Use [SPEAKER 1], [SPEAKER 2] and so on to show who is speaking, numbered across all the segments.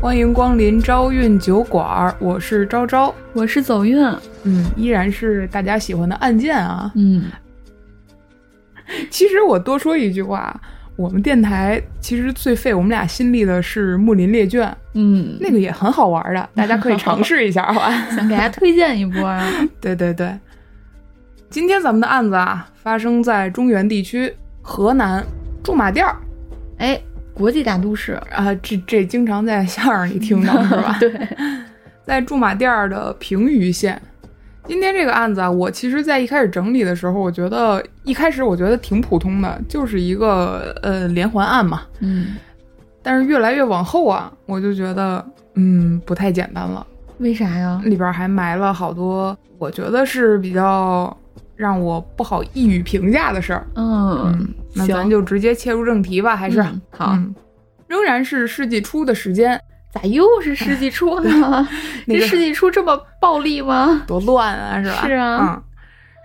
[SPEAKER 1] 欢迎光临招运酒馆儿，我是昭昭。
[SPEAKER 2] 我是走运，
[SPEAKER 1] 嗯，依然是大家喜欢的案件啊。
[SPEAKER 2] 嗯，
[SPEAKER 1] 其实我多说一句话，我们电台其实最费我们俩心力的是《木林列卷》，
[SPEAKER 2] 嗯，
[SPEAKER 1] 那个也很好玩的，大家可以尝试一下，好 吧？
[SPEAKER 2] 想给大家推荐一波啊。
[SPEAKER 1] 对对对，今天咱们的案子啊，发生在中原地区河南驻马店儿
[SPEAKER 2] 哎，国际大都市，
[SPEAKER 1] 啊，这这经常在相声里听到是吧
[SPEAKER 2] ？对，
[SPEAKER 1] 在驻马店儿的平舆县。今天这个案子啊，我其实，在一开始整理的时候，我觉得一开始我觉得挺普通的，就是一个呃连环案嘛。
[SPEAKER 2] 嗯，
[SPEAKER 1] 但是越来越往后啊，我就觉得嗯不太简单了，
[SPEAKER 2] 为啥呀？
[SPEAKER 1] 里边还埋了好多我觉得是比较让我不好一语评价的事儿。
[SPEAKER 2] 嗯，
[SPEAKER 1] 那
[SPEAKER 2] 行
[SPEAKER 1] 咱就直接切入正题吧，还是、
[SPEAKER 2] 嗯好
[SPEAKER 1] 嗯仍然是世纪初的时间，
[SPEAKER 2] 咋又是世纪初 呢？
[SPEAKER 1] 那
[SPEAKER 2] 这
[SPEAKER 1] 个
[SPEAKER 2] 世纪初这么暴力吗？
[SPEAKER 1] 多乱啊，是吧？
[SPEAKER 2] 是啊
[SPEAKER 1] 嗯，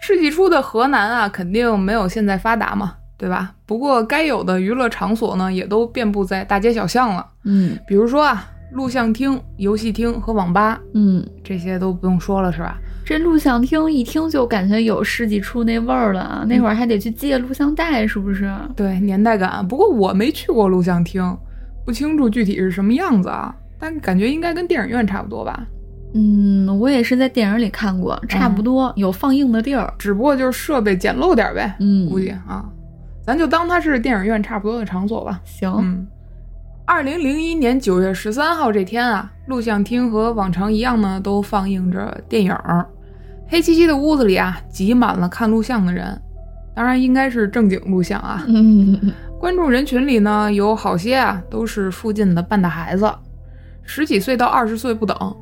[SPEAKER 1] 世纪初的河南啊，肯定没有现在发达嘛，对吧？不过该有的娱乐场所呢，也都遍布在大街小巷了。
[SPEAKER 2] 嗯
[SPEAKER 1] 比如说啊，录像厅、游戏厅和网吧，
[SPEAKER 2] 嗯，
[SPEAKER 1] 这些都不用说了，是吧？
[SPEAKER 2] 这录像厅一听就感觉有世纪初那味儿了啊！那会儿还得去借录像带，是不是？
[SPEAKER 1] 对，年代感。啊不过我没去过录像厅，不清楚具体是什么样子啊，但感觉应该跟电影院差不多吧。
[SPEAKER 2] 嗯，我也是在电影里看过，差不多有放映的地儿。
[SPEAKER 1] 只不过就是设备简陋点儿呗，
[SPEAKER 2] 嗯，
[SPEAKER 1] 估计啊，咱就当它是电影院差不多的场所吧。
[SPEAKER 2] 行。
[SPEAKER 1] 嗯，二零零一年九月十三号这天啊，录像厅和往常一样呢，都放映着电影儿。黑漆漆的屋子里啊，挤满了看录像的人，当然应该是正经录像啊。
[SPEAKER 2] 嗯，
[SPEAKER 1] 观众人群里呢，有好些啊都是附近的半大孩子，十几岁到二十岁不等，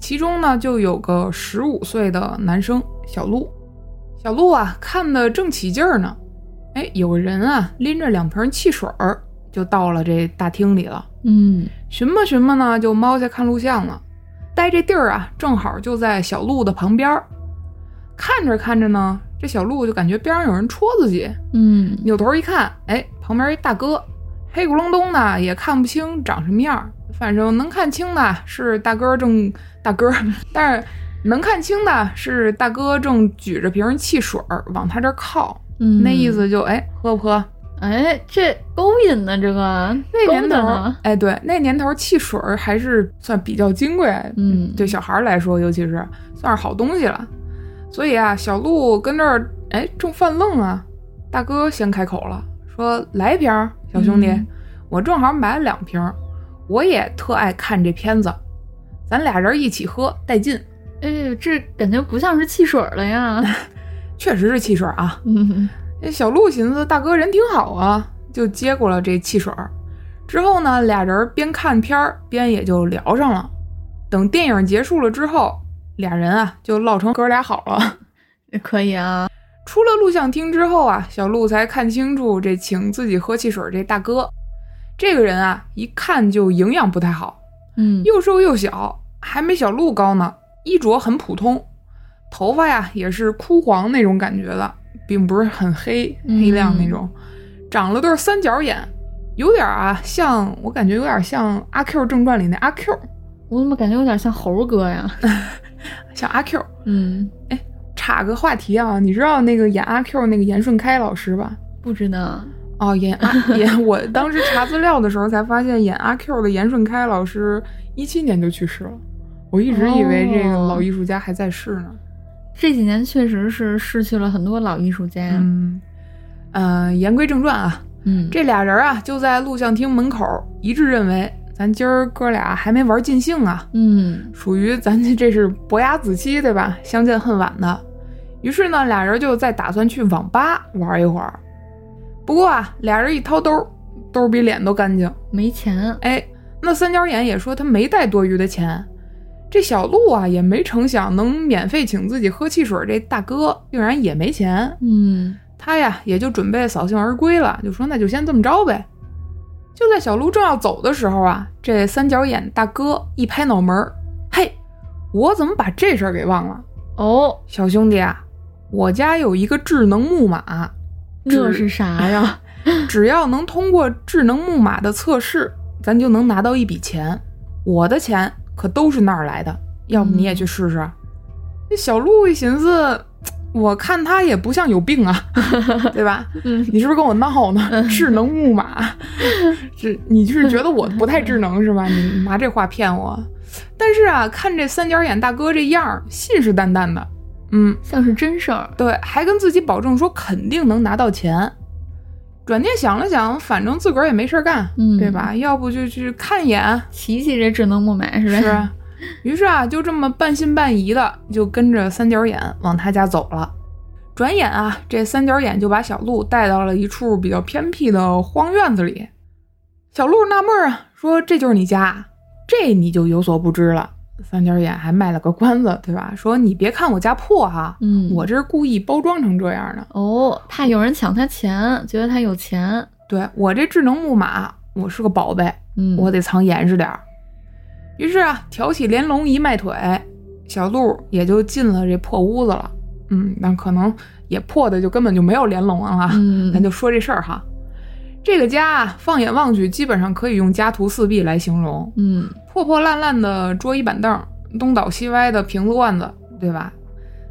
[SPEAKER 1] 其中呢就有个十五岁的男生小陆。小陆啊看的正起劲儿呢，哎，有个人啊拎着两瓶汽水儿就到了这大厅里了，
[SPEAKER 2] 嗯，
[SPEAKER 1] 寻摸寻摸呢就猫下看录像了，待这地儿啊正好就在小陆的旁边儿，看着看着呢，这小陆就感觉边上有人戳自己，
[SPEAKER 2] 嗯，
[SPEAKER 1] 扭头一看，哎，旁边一大哥，黑咕隆咚的，也看不清长什么样儿。反正能看清的是大哥正大哥， 但是能看清的是大哥正举着瓶汽水儿往他这儿靠，
[SPEAKER 2] 嗯
[SPEAKER 1] 那意思就哎喝不喝？
[SPEAKER 2] 哎，这勾引呢？这个
[SPEAKER 1] 那
[SPEAKER 2] 勾啊
[SPEAKER 1] 年头
[SPEAKER 2] 的
[SPEAKER 1] 儿
[SPEAKER 2] 呢？
[SPEAKER 1] 哎对，那年头儿汽水儿还是算比较金贵，
[SPEAKER 2] 嗯，
[SPEAKER 1] 对小孩儿来说，尤其是算是好东西了。所以啊，小鹿跟这儿哎正犯愣啊，大哥先开口了，说：“来一瓶儿，小兄弟，
[SPEAKER 2] 嗯
[SPEAKER 1] 我正好买了两瓶儿，我也特爱看这片子，咱俩人一起喝带劲。
[SPEAKER 2] 哎，这感觉不像是汽水了呀。
[SPEAKER 1] 确实是汽水儿啊。
[SPEAKER 2] 嗯
[SPEAKER 1] 这小鹿寻思大哥人挺好啊，就接过了这汽水儿。之后呢，俩人边看片儿边也就聊上了。等电影结束了之后，俩人啊就唠成哥俩好了。
[SPEAKER 2] 可以啊。
[SPEAKER 1] 出了录像厅之后啊，小鹿才看清楚这请自己喝汽水这大哥，这个人啊，一看就营养不太好，
[SPEAKER 2] 嗯，
[SPEAKER 1] 又瘦又小，还没小鹿高呢，衣着很普通，头发呀也是枯黄那种感觉的，并不是很黑
[SPEAKER 2] 嗯
[SPEAKER 1] 黑亮那种，长了对三角眼，有点啊像，我感觉有点像《阿 Q 正传》里那阿 Q，
[SPEAKER 2] 我怎么感觉有点像猴哥呀？
[SPEAKER 1] 像阿 Q。
[SPEAKER 2] 嗯，
[SPEAKER 1] 岔个话题啊，你知道那个演阿 Q 那个严顺开老师吧？
[SPEAKER 2] 不知道。
[SPEAKER 1] 哦，演阿演，我当时查资料的时候才发现，演阿 Q 的严顺开老师一七年就去世了。我一直以为这个
[SPEAKER 2] 哦
[SPEAKER 1] 老艺术家还在世呢。
[SPEAKER 2] 这几年确实是失去了很多老艺术家。
[SPEAKER 1] 嗯，呃，言归正传啊，
[SPEAKER 2] 嗯，
[SPEAKER 1] 这俩人啊就在录像厅门口一致认为，咱今儿哥俩还没玩尽兴啊，
[SPEAKER 2] 嗯
[SPEAKER 1] 属于咱这这是伯牙子期对吧？相见恨晚的。于是呢，俩人就再打算去网吧玩一会儿。不过啊，俩人一掏兜，兜比脸都干净。
[SPEAKER 2] 没钱。
[SPEAKER 1] 哎，那三角眼也说他没带多余的钱。这小鹿啊，也没成想能免费请自己喝汽水，这大哥竟然也没钱。
[SPEAKER 2] 嗯
[SPEAKER 1] 他呀，也就准备扫兴而归了，就说那就先这么着呗。就在小鹿正要走的时候啊，这三角眼大哥一拍脑门儿，嘿，我怎么把这事儿给忘了？
[SPEAKER 2] 哦，
[SPEAKER 1] 小兄弟啊，我家有一个智能木马，
[SPEAKER 2] 这是 啥呀？
[SPEAKER 1] 只要能通过智能木马的测试，咱就能拿到一笔钱。我的钱可都是那儿来的，要不你也去试试。那小鹿一寻思，我看他也不像有病啊，对吧？
[SPEAKER 2] 嗯
[SPEAKER 1] 你是不是跟我闹呢？智能木马，这你就是觉得我不太智能是吧？你拿这话骗我。但是啊，看这三角眼大哥这样儿，信誓旦旦的，嗯，
[SPEAKER 2] 像是真事儿。
[SPEAKER 1] 对，还跟自己保证说肯定能拿到钱。转念想了想，反正自个儿也没事儿干，
[SPEAKER 2] 嗯
[SPEAKER 1] 对吧？要不就去看一眼，
[SPEAKER 2] 琪琪这智能木马是吧？
[SPEAKER 1] 是吧？于是啊，就这么半信半疑的就跟着三角眼往他家走了。转眼啊，这三角眼就把小鹿带到了一处比较偏僻的荒院子里。小鹿纳闷儿啊，说：“这就是你家？这你就有所不知了。”三角眼还卖了个关子，对吧？说：“你别看我家破哈、
[SPEAKER 2] 嗯，
[SPEAKER 1] 我这是故意包装成这样的。
[SPEAKER 2] 哦，怕有人抢他钱，觉得他有钱。
[SPEAKER 1] 对我这智能木马，我是个宝贝，
[SPEAKER 2] 嗯，
[SPEAKER 1] 我得藏严实点儿。于是啊，挑起帘笼一迈腿，小鹿也就进了这破屋子了。嗯，那可能也破的就根本就没有帘笼了啊。
[SPEAKER 2] 嗯，
[SPEAKER 1] 咱就说这事儿哈，这个家啊，放眼望去，基本上可以用家徒四壁来形容。
[SPEAKER 2] 嗯
[SPEAKER 1] 破破烂烂的桌椅板凳，东倒西歪的瓶子罐子，对吧？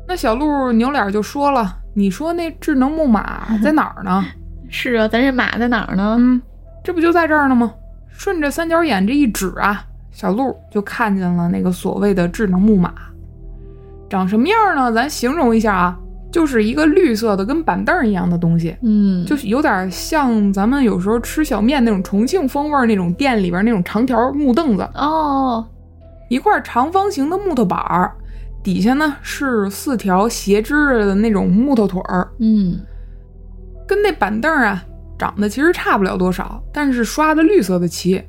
[SPEAKER 1] 那小鹿扭脸就说了：“你说那智能木马在哪儿呢？
[SPEAKER 2] 是啊，咱这马在哪儿呢？
[SPEAKER 1] 嗯，这不就在这儿呢吗？”顺着三角眼这一指啊，小鹿就看见了那个所谓的智能木马，长什么样呢？咱形容一下啊，就是一个绿色的跟板凳一样的东西，
[SPEAKER 2] 嗯，
[SPEAKER 1] 就是有点像咱们有时候吃小面那种重庆风味儿那种店里边那种长条木凳子，
[SPEAKER 2] 哦，
[SPEAKER 1] 一块长方形的木头板儿，底下呢是四条斜支着的那种木头腿儿，
[SPEAKER 2] 嗯
[SPEAKER 1] 跟那板凳啊长得其实差不了多少，但是刷的绿色的漆，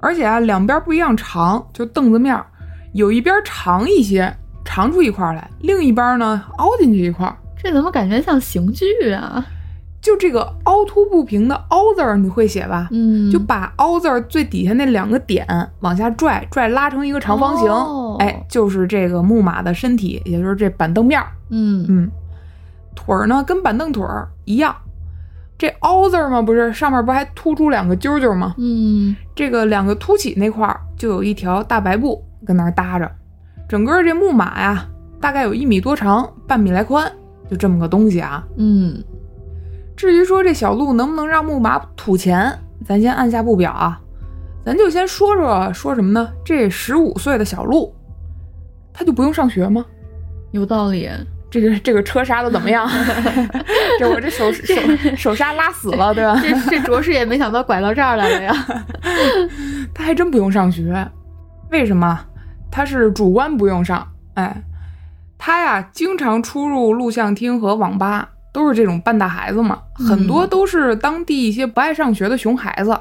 [SPEAKER 1] 而且啊两边不一样长，就凳子面儿有一边长一些，长出一块儿来，另一边呢凹进去一块儿。
[SPEAKER 2] 这怎么感觉像刑具啊？
[SPEAKER 1] 就这个凹凸不平的凹字儿，你会写吧？
[SPEAKER 2] 嗯，
[SPEAKER 1] 就把凹字儿最底下那两个点往下拽，拽拉成一个长方形，
[SPEAKER 2] 哦
[SPEAKER 1] 哎，就是这个木马的身体，也就是这板凳面儿。
[SPEAKER 2] 嗯
[SPEAKER 1] 嗯，腿儿呢跟板凳腿儿一样，这凹字儿嘛，不是上面不还突出两个揪揪吗？
[SPEAKER 2] 嗯
[SPEAKER 1] 这个两个凸起那块儿就有一条大白布跟那儿搭着，整个这木马呀，大概有一米多长，半米来宽，就这么个东西啊。
[SPEAKER 2] 嗯
[SPEAKER 1] 至于说这小鹿能不能让木马吐钱，咱先按下不表啊，咱就先说说说什么呢？这十五岁的小鹿，他就不用上学吗？
[SPEAKER 2] 有道 理。
[SPEAKER 1] 这个这个车刹的怎么 样？这我这手手手刹拉死了，对吧？
[SPEAKER 2] 这这着实也没想到拐到这儿来了呀。
[SPEAKER 1] 他还真不用上学，为什么？他是主观不用上，哎，他呀经常出入录像厅和网吧，都是这种半大孩子嘛，
[SPEAKER 2] 嗯
[SPEAKER 1] 很多都是当地一些不爱上学的熊孩子，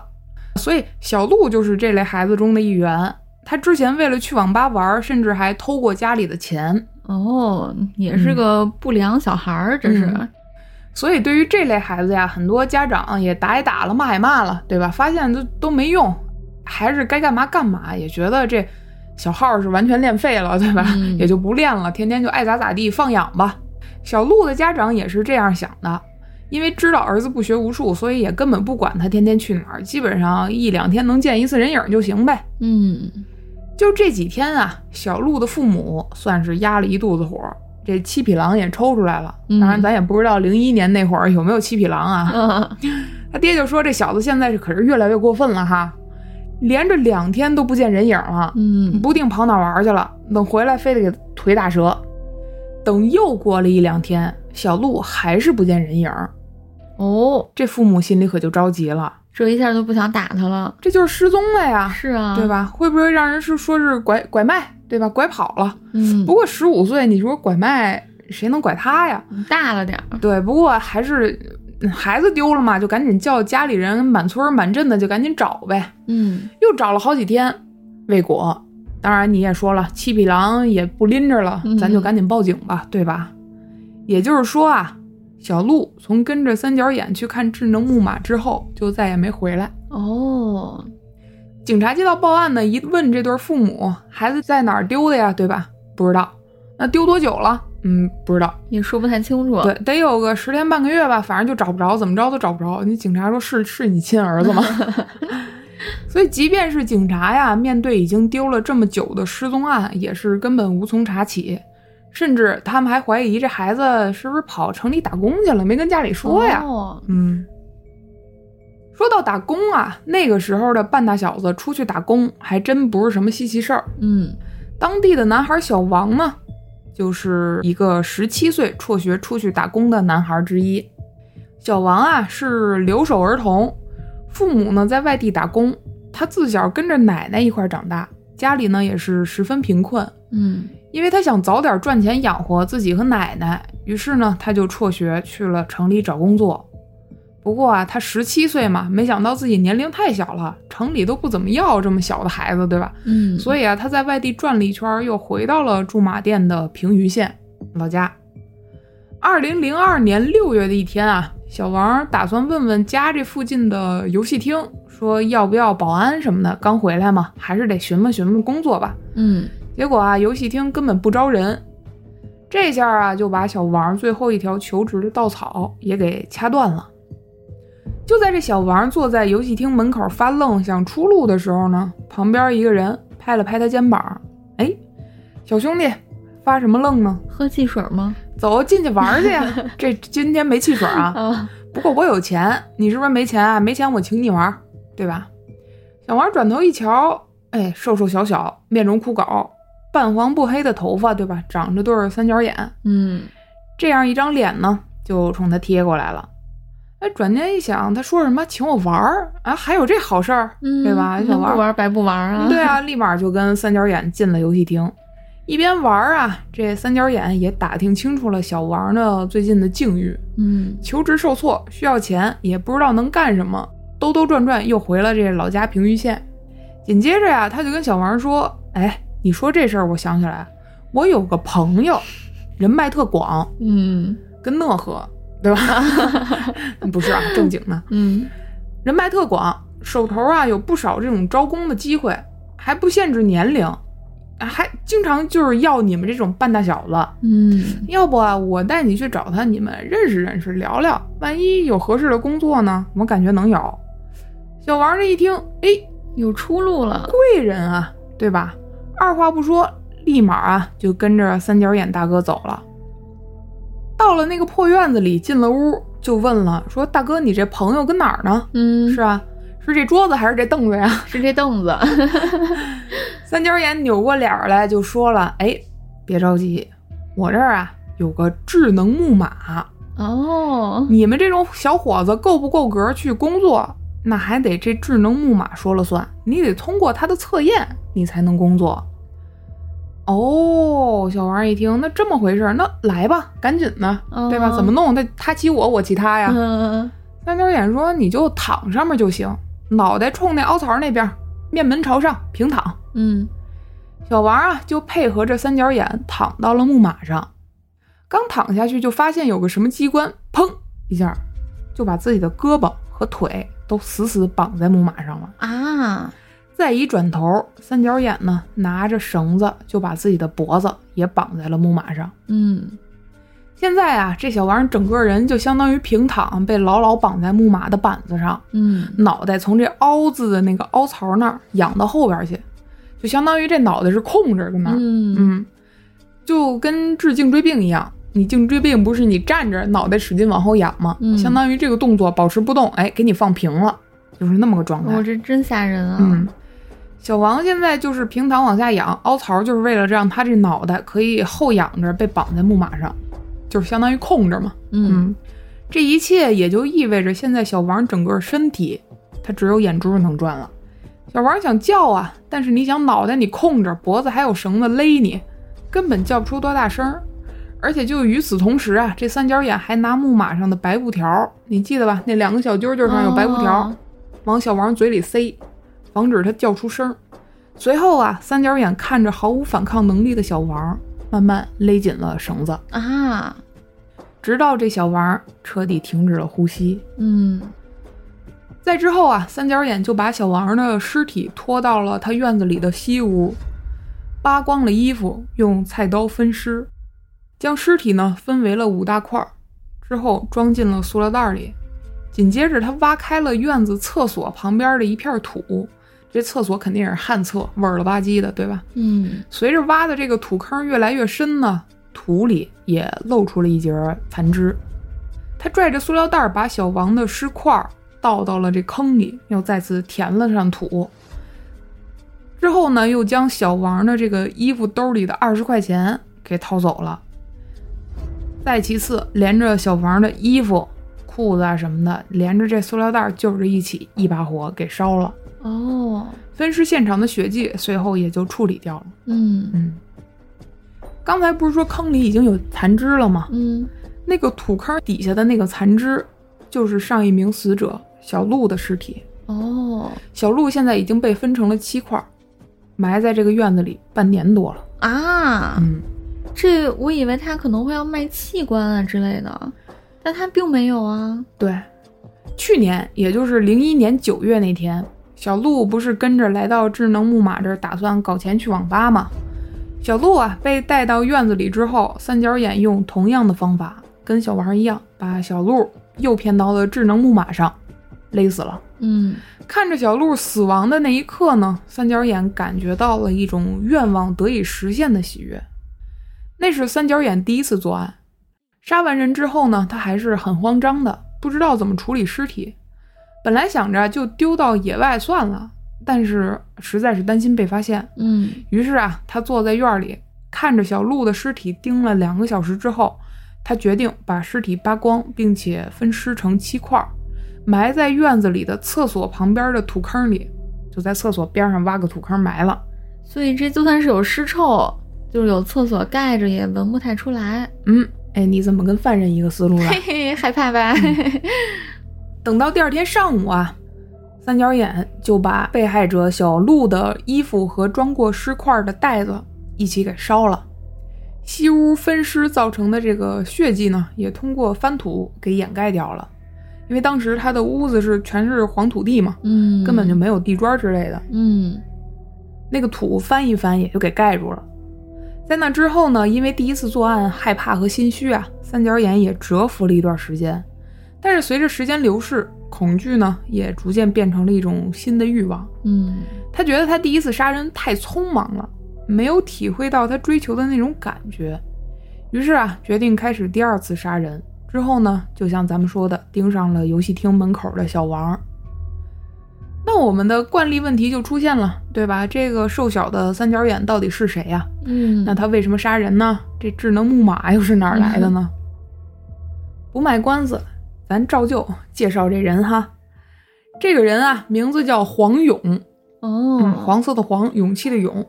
[SPEAKER 1] 所以小鹿就是这类孩子中的一员。他之前为了去网吧玩，甚至还偷过家里的钱，
[SPEAKER 2] 哦，也是个不良小孩儿，这是。
[SPEAKER 1] 嗯所以对于这类孩子呀，很多家长也打也打了，骂也骂了，对吧？发现都都没用，还是该干嘛干嘛，也觉得这小号是完全练废了，对吧？
[SPEAKER 2] 嗯
[SPEAKER 1] 也就不练了，天天就爱咋咋地，放养吧。小鹿的家长也是这样想的，因为知道儿子不学无术，所以也根本不管他天天去哪儿，基本上一两天能见一次人影就行呗。
[SPEAKER 2] 嗯
[SPEAKER 1] 就这几天啊，小鹿的父母算是压了一肚子火，这七匹狼也抽出来了。
[SPEAKER 2] 嗯
[SPEAKER 1] 当然，咱也不知道零一年那会儿有没有七匹狼啊。
[SPEAKER 2] 嗯
[SPEAKER 1] 他爹就说这小子现在是可是越来越过分了哈，连着两天都不见人影了，
[SPEAKER 2] 嗯
[SPEAKER 1] 不定跑哪玩去了，等回来非得给腿打折。等又过了一两天，小鹿还是不见人影，
[SPEAKER 2] 哦，
[SPEAKER 1] 这父母心里可就着急了，
[SPEAKER 2] 这一下就不想打他了。
[SPEAKER 1] 这就是失踪了呀，
[SPEAKER 2] 是啊，
[SPEAKER 1] 对？吧？会不会让人是说是拐拐卖，对吧？拐跑了？
[SPEAKER 2] 嗯，
[SPEAKER 1] 不过十五岁，你说拐卖谁能拐他呀？
[SPEAKER 2] 大了点儿。嗯
[SPEAKER 1] 对，不过还是嗯孩子丢了嘛，就赶紧叫家里人满村儿满镇的就赶紧找呗。
[SPEAKER 2] 嗯
[SPEAKER 1] 又找了好几天，未果。当然你也说了，七匹狼也不拎着了，
[SPEAKER 2] 嗯
[SPEAKER 1] 咱就赶紧报警吧，对吧？也就是说啊，小鹿从跟着三角眼去看智能木马之后，就再也没回来。
[SPEAKER 2] 哦，
[SPEAKER 1] 警察接到报案呢，一问这对父母，孩子在哪儿丢的呀？对吧？不知道。那丢多久了？嗯，不知道。
[SPEAKER 2] 也说不太清楚。
[SPEAKER 1] 对，得有个十天半个月吧，反正就找不着，怎么着都找不着。你警察说是是你亲儿子吗？所以，即便是警察呀，面对已经丢了这么久的失踪案，也是根本无从查起，甚至他们还怀疑这孩子是不是跑城里打工去了，没跟家里说呀。
[SPEAKER 2] 哦
[SPEAKER 1] 嗯，说到打工啊，那个时候的半大小子出去打工，还真不是什么稀奇事儿。
[SPEAKER 2] 嗯，
[SPEAKER 1] 当地的男孩小王呢，就是一个十七岁辍学出去打工的男孩之一。小王啊是留守儿童，父母呢在外地打工，他自小跟着奶奶一块儿长大，家里呢也是十分贫困。
[SPEAKER 2] 嗯，
[SPEAKER 1] 因为他想早点赚钱养活自己和奶奶，于是呢，他就辍学去了城里找工作。不过啊，他十七岁嘛，没想到自己年龄太小了，城里都不怎么要这么小的孩子，对吧？
[SPEAKER 2] 嗯，
[SPEAKER 1] 所以啊，他在外地转了一圈儿，又回到了驻马店的平舆县老家。二零零二年六月的一天啊，小王打算问问家这附近的游戏厅，说要不要保安什么的。刚回来嘛，还是得寻摸寻摸工作吧。
[SPEAKER 2] 嗯，
[SPEAKER 1] 结果啊，游戏厅根本不招人，这下啊就把小王最后一条求职的稻草也给掐断了。就在这小王坐在游戏厅门口发愣想出路的时候呢，旁边一个人拍了拍他肩膀，哎，小兄弟，发什么愣呢？
[SPEAKER 2] 喝汽水吗？
[SPEAKER 1] 走进去玩去呀！这今天没汽水 啊，
[SPEAKER 2] 啊，
[SPEAKER 1] 不过我有钱，你是不是没钱啊？没钱我请你玩儿，对吧？小王转头一瞧，哎，瘦瘦小小，面容枯槁，半黄不黑的头发，对吧？长着对儿三角眼，
[SPEAKER 2] 嗯，
[SPEAKER 1] 这样一张脸呢，就冲他贴过来了。哎，转念一想，他说什么请我玩儿啊？还有这好事儿，
[SPEAKER 2] 嗯
[SPEAKER 1] 对吧？小
[SPEAKER 2] 那
[SPEAKER 1] 王
[SPEAKER 2] 不玩白不玩啊。
[SPEAKER 1] 对，啊，立马就跟三角眼进了游戏厅，一边玩儿啊，这三角眼也打听清楚了小王的最近的境遇。
[SPEAKER 2] 嗯
[SPEAKER 1] 求职受挫，需要钱，也不知道能干什么，兜兜转转又回了这老家平舆县。紧接着呀、他就跟小王说：“哎，你说这事儿，我想起来，我有个朋友，人脉特广，
[SPEAKER 2] 嗯
[SPEAKER 1] 跟讷河，对吧？ 不是啊，正经的，
[SPEAKER 2] 嗯
[SPEAKER 1] 人脉特广，手头啊有不少这种招工的机会，还不限制年龄，还经常就是要你们这种半大小子。”
[SPEAKER 2] 嗯
[SPEAKER 1] 要不啊，我带你去找他，你们认识认识，聊聊，万一有合适的工作呢？我感觉能有。小王这一听，哎，
[SPEAKER 2] 有出路了。
[SPEAKER 1] 贵人啊，对吧？二话不说，立马啊就跟着三角眼大哥走了。到了那个破院子里，进了屋就问了，说：“大哥，你这朋友跟哪儿呢？
[SPEAKER 2] 嗯，
[SPEAKER 1] 是啊，是这桌子还是这凳子呀？”
[SPEAKER 2] 是这凳子。
[SPEAKER 1] 三角眼扭过脸儿来就说了：“哎，别着急，我这儿啊有个智能木马。”
[SPEAKER 2] 哦，
[SPEAKER 1] 你们这种小伙子够不够格去工作？那还得这智能木马说了算，你得通过它的测验，你才能工作。哦，小王一听，那这么回事儿，那来吧，赶紧的，
[SPEAKER 2] 哦
[SPEAKER 1] 对吧？怎么弄？那他骑我，我骑他呀。
[SPEAKER 2] 嗯
[SPEAKER 1] 三角眼说，你就躺上面就行，脑袋冲那凹槽那边，面门朝上，平躺。
[SPEAKER 2] 嗯
[SPEAKER 1] 小王啊，就配合着三角眼躺到了木马上。刚躺下去，就发现有个什么机关，砰一下，就把自己的胳膊和腿都死死绑在木马上了。
[SPEAKER 2] 啊，
[SPEAKER 1] 再一转头，三角眼呢拿着绳子就把自己的脖子也绑在了木马上。
[SPEAKER 2] 嗯
[SPEAKER 1] 现在啊，这小王整个人就相当于平躺，被牢牢绑在木马的板子上，
[SPEAKER 2] 嗯
[SPEAKER 1] 脑袋从这凹字的那个凹槽那儿仰到后边去，就相当于这脑袋是空着的那儿。
[SPEAKER 2] 嗯
[SPEAKER 1] 嗯，就跟治颈椎病一样，你颈椎病不是你站着脑袋使劲往后仰吗？
[SPEAKER 2] 嗯
[SPEAKER 1] 相当于这个动作保持不动，哎，给你放平了，就是那么个状态。
[SPEAKER 2] 哦我这真吓人啊。
[SPEAKER 1] 嗯，小王现在就是平躺往下仰，凹槽就是为了让他这脑袋可以后仰着被绑在木马上，就是相当于空着嘛。
[SPEAKER 2] 嗯，
[SPEAKER 1] 这一切也就意味着现在小王整个身体，他只有眼珠能转了。小王想叫啊，但是你想脑袋你空着，脖子还有绳子勒你，根本叫不出多大声儿。而且就与此同时啊，这三角眼还拿木马上的白布条儿，你记得吧？那两个小揪揪上有白布条儿，
[SPEAKER 2] 哦
[SPEAKER 1] 往小王嘴里塞，防止他叫出声儿。随后啊，三角眼看着毫无反抗能力的小王，慢慢勒紧了绳子，
[SPEAKER 2] 啊，
[SPEAKER 1] 直到这小王彻底停止了呼吸。
[SPEAKER 2] 嗯
[SPEAKER 1] 在之后啊，三角眼就把小王的尸体拖到了他院子里的西屋，扒光了衣服，用菜刀分尸，将尸体呢分为了五大块儿，之后装进了塑料袋里。紧接着，他挖开了院子厕所旁边的一片土，这厕所肯定也是旱厕，味儿了吧唧的，对吧？
[SPEAKER 2] 嗯
[SPEAKER 1] 随着挖的这个土坑越来越深呢，土里也露出了一截残肢。他拽着塑料袋儿把小王的尸块儿倒到了这坑里，又再次填了上土。之后呢，又将小王的这个衣服兜里的二十块钱给掏走了。再其次，连着小王的衣服、裤子啊什么的，连着这塑料袋儿就是一起一把火给烧了。
[SPEAKER 2] 哦
[SPEAKER 1] 分尸现场的血迹随后也就处理掉了。
[SPEAKER 2] 嗯
[SPEAKER 1] 嗯，刚才不是说坑里已经有残肢了吗？
[SPEAKER 2] 嗯
[SPEAKER 1] 那个土坑底下的那个残肢，就是上一名死者小鹿的尸体。
[SPEAKER 2] 哦
[SPEAKER 1] 小鹿现在已经被分成了七块，埋在这个院子里半年多了。
[SPEAKER 2] 啊，
[SPEAKER 1] 嗯，
[SPEAKER 2] 这我以为他可能会要卖器官啊之类的，但他并没有啊。
[SPEAKER 1] 对。去年，也就是零一年九月那天，小鹿不是跟着来到智能木马这儿，打算搞钱去网吧吗？小鹿啊，被带到院子里之后，三角眼用同样的方法，跟小王一样，把小鹿诱骗到了智能木马上，勒死了。
[SPEAKER 2] 嗯
[SPEAKER 1] 看着小鹿死亡的那一刻呢，三角眼感觉到了一种愿望得以实现的喜悦。那是三角眼第一次作案，杀完人之后呢，他还是很慌张的，不知道怎么处理尸体。本来想着就丢到野外算了，但是实在是担心被发现，
[SPEAKER 2] 嗯
[SPEAKER 1] 于是啊，他坐在院里看着小鹿的尸体盯了两个小时之后，他决定把尸体扒光，并且分尸成七块儿，埋在院子里的厕所旁边的土坑里，就在厕所边上挖个土坑埋了。
[SPEAKER 2] 所以这就算是有尸臭，就是有厕所盖着也闻不太出来。
[SPEAKER 1] 嗯，哎，你怎么跟犯人一个思路啊了
[SPEAKER 2] 嘿？嘿，害怕吧？
[SPEAKER 1] 等到第二天上午啊，三角眼就把被害者小鹿的衣服和装过尸块的袋子一起给烧了。西屋分尸造成的这个血迹呢，也通过翻土给掩盖掉了，因为当时他的屋子是全是黄土地嘛，
[SPEAKER 2] 嗯，
[SPEAKER 1] 根本就没有地砖之类的，
[SPEAKER 2] 嗯
[SPEAKER 1] 那个土翻一翻也就给盖住了。在那之后呢，因为第一次作案害怕和心虚啊，三角眼也蛰伏了一段时间。但是随着时间流逝，恐惧呢也逐渐变成了一种新的欲望。
[SPEAKER 2] 嗯
[SPEAKER 1] 他觉得他第一次杀人太匆忙了，没有体会到他追求的那种感觉，于是啊，决定开始第二次杀人。之后呢，就像咱们说的，盯上了游戏厅门口的小王。那我们的惯例问题就出现了，对吧？这个瘦小的三角眼到底是谁呀、
[SPEAKER 2] 嗯，
[SPEAKER 1] 那他为什么杀人呢？这智能木马又是哪儿来的呢？不卖关子，咱照旧介绍这人哈。这个人啊，名字叫黄勇，嗯，
[SPEAKER 2] 哦，
[SPEAKER 1] 黄色的黄，勇气的勇，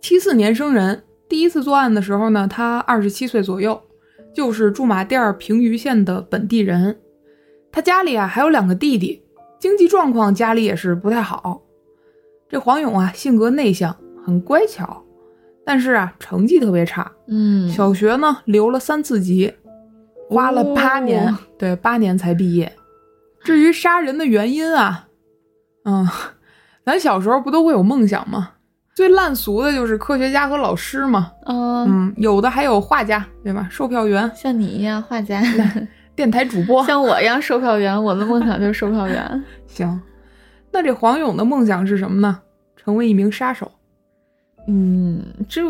[SPEAKER 1] 七四年生人。第一次作案的时候呢，他二十七岁左右，就是驻马店儿平舆县的本地人。他家里啊还有两个弟弟，经济状况家里也是不太好。这黄勇啊性格内向，很乖巧，但是啊成绩特别差，
[SPEAKER 2] 嗯，
[SPEAKER 1] 小学呢留了三次级，花了八年，
[SPEAKER 2] 哦
[SPEAKER 1] 对，八年才毕业。至于杀人的原因啊，嗯， 咱小时候不都会有梦想吗？最烂俗的就是科学家和老师嘛，
[SPEAKER 2] 嗯，
[SPEAKER 1] 嗯，有的还有画家，对吧？售票员、
[SPEAKER 2] 像你一样画家，
[SPEAKER 1] 电台主播，
[SPEAKER 2] 像我一样售票员，我的梦想就是售 票员。
[SPEAKER 1] 行。那这黄勇的梦想是什么呢？成为一名杀手。
[SPEAKER 2] 嗯，这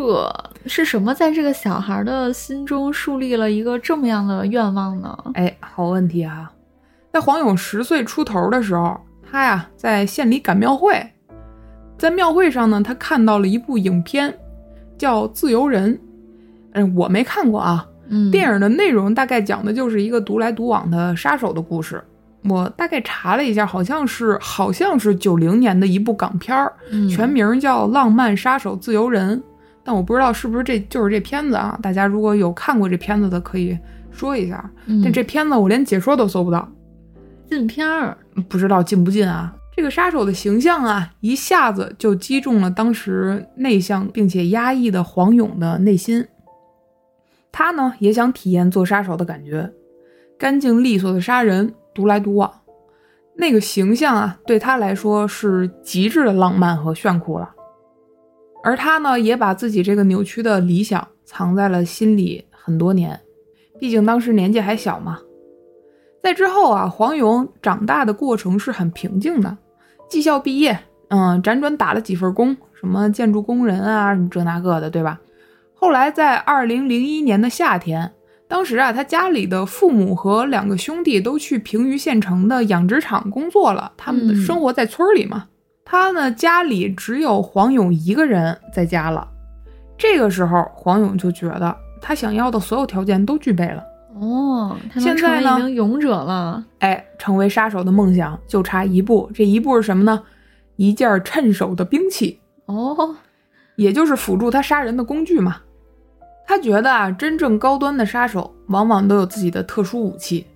[SPEAKER 2] 是什么在这个小孩的心中树立了一个这么样的愿望呢？
[SPEAKER 1] 哎，好问题啊！在黄勇十岁出头的时候，他呀在县里赶庙会，在庙会上呢，他看到了一部影片，叫《自由人》。嗯，我没看过啊。
[SPEAKER 2] 嗯，
[SPEAKER 1] 电影的内容大概讲的就是一个独来独往的杀手的故事。我大概查了一下，好像是好像是九零年的一部港片儿，
[SPEAKER 2] 影
[SPEAKER 1] 全名叫《浪漫杀手自由人》，但我不知道是不是这就是这片子啊。大家如果有看过这片子的，可以说一下。
[SPEAKER 2] 嗯
[SPEAKER 1] 但这片子我连解说都搜不到，
[SPEAKER 2] 禁片儿，
[SPEAKER 1] 不知道进不进啊。这个杀手的形象啊，一下子就击中了当时内向并且压抑的黄勇的内心。他呢，也想体验做杀手的感觉，干净利索的杀人，独来独往。那个形象啊，对他来说是极致的浪漫和炫酷了。而他呢，也把自己这个扭曲的理想藏在了心里很多年，毕竟当时年纪还小嘛。在之后啊，黄勇长大的过程是很平静的，技校毕业，嗯，辗转打了几份工，什么建筑工人啊，什么这那个的，对吧？后来在二零零一年的夏天，当时啊，他家里的父母和两个兄弟都去平舆县城的养殖场工作了，他们的
[SPEAKER 2] 嗯
[SPEAKER 1] 生活在村儿里嘛。他呢，家里只有黄勇一个人在家了。这个时候，黄勇就觉得他想要的所有条件都具备了，
[SPEAKER 2] 哦，他
[SPEAKER 1] 现
[SPEAKER 2] 能成
[SPEAKER 1] 在
[SPEAKER 2] 为
[SPEAKER 1] 呢
[SPEAKER 2] 一名勇者了。
[SPEAKER 1] 哎，成为杀手的梦想就差一步。这一步是什么呢？一件趁手的兵器。
[SPEAKER 2] 哦，
[SPEAKER 1] 也就是辅助他杀人的工具嘛。他觉得啊，真正高端的杀手往往都有自己的特殊武器，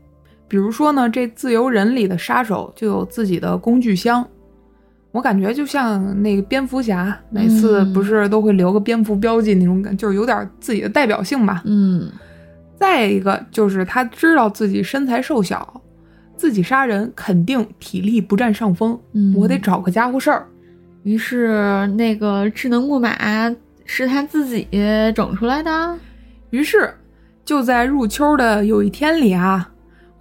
[SPEAKER 1] 比如说呢，这《自由人》里的杀手就有自己的工具箱。我感觉就像那个蝙蝠侠，每次
[SPEAKER 2] 嗯
[SPEAKER 1] 不是都会留个蝙蝠标记那种感，就是有点自己的代表性吧。
[SPEAKER 2] 嗯，
[SPEAKER 1] 再一个就是他知道自己身材瘦小，自己杀人肯定体力不占上风，
[SPEAKER 2] 嗯
[SPEAKER 1] 我得找个家伙事儿。
[SPEAKER 2] 于是那个智能木马是他自己整出来的。
[SPEAKER 1] 于是就在入秋的有一天里啊，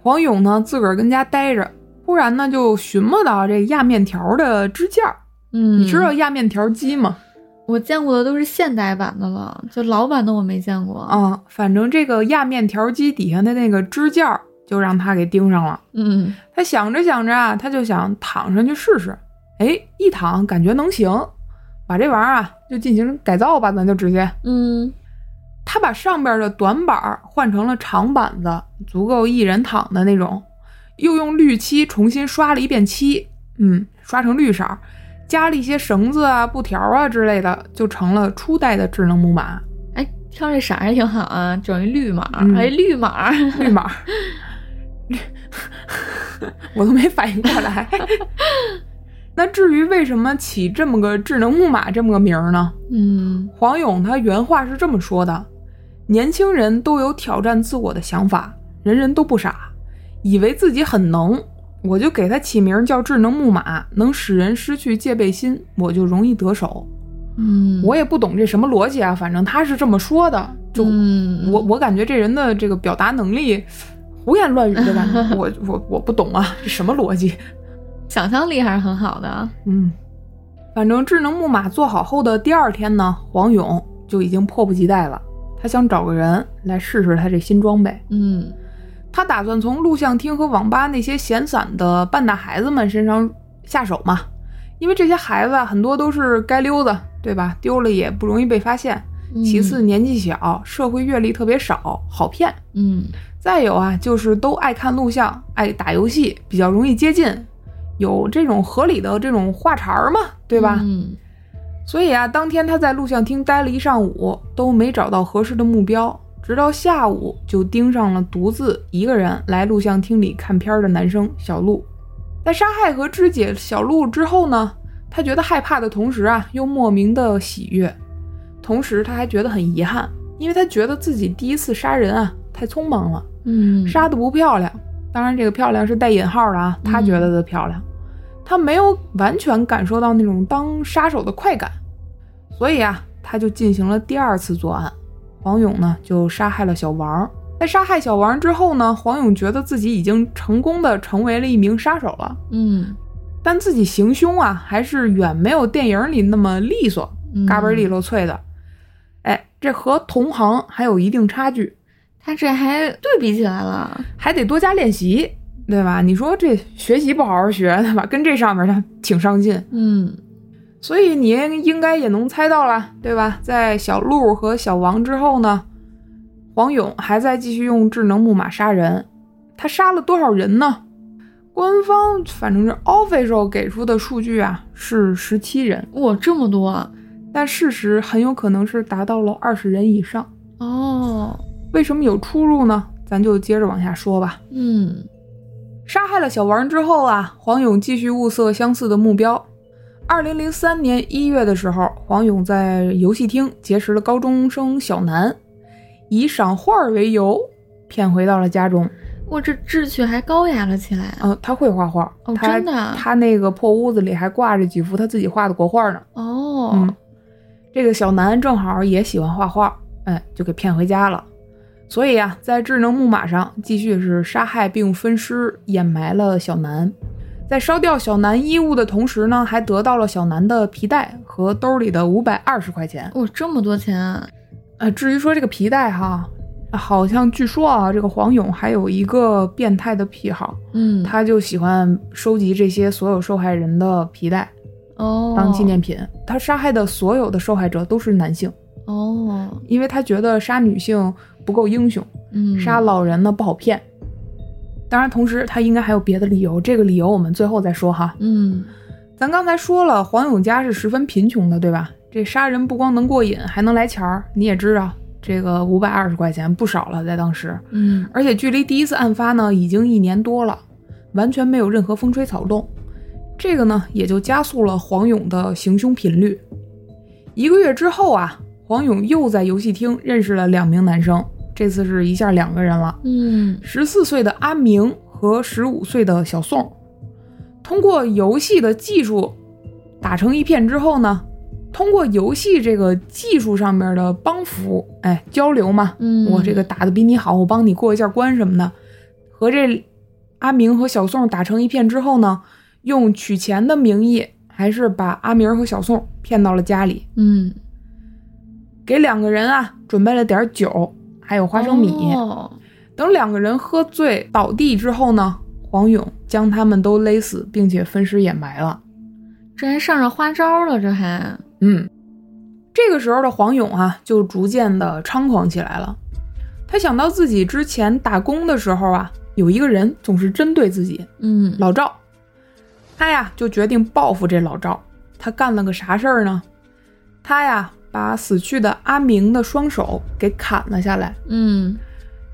[SPEAKER 1] 黄勇呢自个儿跟家待着，忽然呢就寻摸到这压面条的支架儿。
[SPEAKER 2] 嗯，
[SPEAKER 1] 你知道压面条机吗？
[SPEAKER 2] 我见过的都是现代版的了，就老版的我没见过。
[SPEAKER 1] 啊，反正这个压面条机底下的那个支架儿就让他给盯上了。
[SPEAKER 2] 嗯，
[SPEAKER 1] 他想着想着啊，他就想躺上去试试。哎，一躺感觉能行，把这玩意儿啊就进行改造吧，咱就直接。
[SPEAKER 2] 嗯
[SPEAKER 1] 他把上边的短板儿换成了长板子，足够一人躺的那种，又用绿漆重新刷了一遍漆，嗯，刷成绿色儿，加了一些绳子啊、布条啊之类的，就成了初代的智能木马
[SPEAKER 2] 哎，挑这色儿也挺好啊，整一绿码儿，
[SPEAKER 1] 嗯
[SPEAKER 2] 哎，绿码儿，
[SPEAKER 1] 绿马儿。 我都没反应过来。 那至于为什么起这么个智能木马这么个名儿呢？
[SPEAKER 2] 嗯
[SPEAKER 1] 黄勇他原话是这么说的：“年轻人都有挑战自我的想法，人人都不傻，以为自己很能，我就给他起名叫智能木马，能使人失去戒备心，我就容易得手。
[SPEAKER 2] 嗯，
[SPEAKER 1] 我也不懂这什么逻辑啊，反正他是这么说的。就、
[SPEAKER 2] 嗯
[SPEAKER 1] 我我感觉这人的这个表达能力胡言乱语的感 觉，我我我不懂啊，这什么逻辑？
[SPEAKER 2] 想象力还是很好的。
[SPEAKER 1] 嗯，反正智能木马做好后的第二天呢，黄勇就已经迫不及待了。他想找个人来试试他这新装备。
[SPEAKER 2] 嗯
[SPEAKER 1] 他打算从录像厅和网吧那些闲散的半大孩子们身上下手嘛，因为这些孩子啊很多都是街溜子，对吧？丢了也不容易被发现。
[SPEAKER 2] 嗯
[SPEAKER 1] 其次，年纪小，社会阅历特别少，好骗。
[SPEAKER 2] 嗯
[SPEAKER 1] 再有啊，就是都爱看录像，爱打游戏，比较容易接近，有这种合理的这种话茬儿嘛，对吧？
[SPEAKER 2] 嗯
[SPEAKER 1] 所以啊，当天他在录像厅待了一上午，都没找到合适的目标，直到下午就盯上了独自一个人来录像厅里看片儿的男生小鹿。在杀害和肢解小鹿之后呢，他觉得害怕的同时啊，又莫名的喜悦，同时他还觉得很遗憾，因为他觉得自己第一次杀人啊太匆忙了。
[SPEAKER 2] 嗯，
[SPEAKER 1] 杀的不漂亮。当然，这个漂亮是带引号的啊，他觉得的漂亮，他没有完全感受到那种当杀手的快感，所以啊，他就进行了第二次作案。黄勇呢，就杀害了小王。在杀害小王之后呢，黄勇觉得自己已经成功的成为了一名杀手了，
[SPEAKER 2] 嗯
[SPEAKER 1] 但自己行凶啊，还是远没有电影里那么利索，
[SPEAKER 2] 嗯
[SPEAKER 1] 嘎嘣利落脆的。哎，这和同行还有一定差距。
[SPEAKER 2] 他这还对比起来了。
[SPEAKER 1] 还得多加练习，对吧？你说这学习不好好学，对吧？跟这上面呢挺上进，
[SPEAKER 2] 嗯
[SPEAKER 1] 所以你应该也能猜到了，对吧？在小鹿和小王之后呢，黄勇还在继续用智能木马杀人，他杀了多少人呢？官方反正是 official 给出的数据啊是十七人，
[SPEAKER 2] 哇，这么多
[SPEAKER 1] 但事实很有可能是达到了二十人以上。
[SPEAKER 2] 哦，
[SPEAKER 1] 为什么有出入呢？咱就接着往下说吧。
[SPEAKER 2] 嗯
[SPEAKER 1] 杀害了小王之后啊，黄勇继续物色相似的目标。二零零三年一月的时候，黄勇在游戏厅结识了高中生小南，以赏画儿为由骗回到了家中。
[SPEAKER 2] 哇，这志趣还高雅了起来。啊
[SPEAKER 1] 呃，他会画画，
[SPEAKER 2] 哦
[SPEAKER 1] 他
[SPEAKER 2] 真的啊
[SPEAKER 1] 他那个破屋子里还挂着几幅他自己画的国画呢。
[SPEAKER 2] 哦，
[SPEAKER 1] 嗯，这个小南正好也喜欢画画，哎，就给骗回家了。所以啊，在智能木马上继续是杀害并分尸掩埋了小南，在烧掉小南衣物的同时呢，还得到了小南的皮带和兜里的五百二十块钱。
[SPEAKER 2] 哇、这么多钱啊！
[SPEAKER 1] 呃，至于说这个皮带哈，好像据说啊，这个黄勇还有一个变态的癖好，
[SPEAKER 2] 嗯，
[SPEAKER 1] 他就喜欢收集这些所有受害人的皮带
[SPEAKER 2] 哦，
[SPEAKER 1] 当纪念品。他杀害的所有的受害者都是男性，
[SPEAKER 2] 哦，
[SPEAKER 1] 因为他觉得杀女性不够英雄，
[SPEAKER 2] 嗯，
[SPEAKER 1] 杀老人呢不好骗。当然，同时他应该还有别的理由，这个理由我们最后再说哈。
[SPEAKER 2] 嗯，
[SPEAKER 1] 咱刚才说了，黄永家是十分贫穷的，对吧？这杀人不光能过瘾，还能来钱儿。你也知道，这个五百二十块钱不少了，在当时。
[SPEAKER 2] 嗯
[SPEAKER 1] 而且距离第一次案发呢，已经一年多了，完全没有任何风吹草动。这个呢，也就加速了黄勇的行凶频率。一个月之后啊，黄勇又在游戏厅认识了两名男生，这次是一下两个人了。
[SPEAKER 2] 嗯，
[SPEAKER 1] 十四岁的阿明和十五岁的小宋，通过游戏的技术打成一片之后呢，通过游戏这个技术上面的帮扶，哎，交流嘛，
[SPEAKER 2] 嗯
[SPEAKER 1] 我这个打的比你好，我帮你过一下关什么的，和这阿明和小宋打成一片之后呢，用取钱的名义，还是把阿明和小宋骗到了家里，
[SPEAKER 2] 嗯，
[SPEAKER 1] 给两个人啊准备了点儿酒，还有花生米。
[SPEAKER 2] 哦
[SPEAKER 1] 等两个人喝醉倒地之后呢，黄勇将他们都勒死，并且分尸掩埋了。
[SPEAKER 2] 这还上着花招了，这还，
[SPEAKER 1] 嗯，这个时候的黄勇啊，就逐渐的猖狂起来了。他想到自己之前打工的时候啊，有一个人总是针对自己，
[SPEAKER 2] 嗯，
[SPEAKER 1] 老赵。他呀就决定报复这老赵。他干了个啥事儿呢？他呀把死去的阿明的双手给砍了下来，
[SPEAKER 2] 嗯，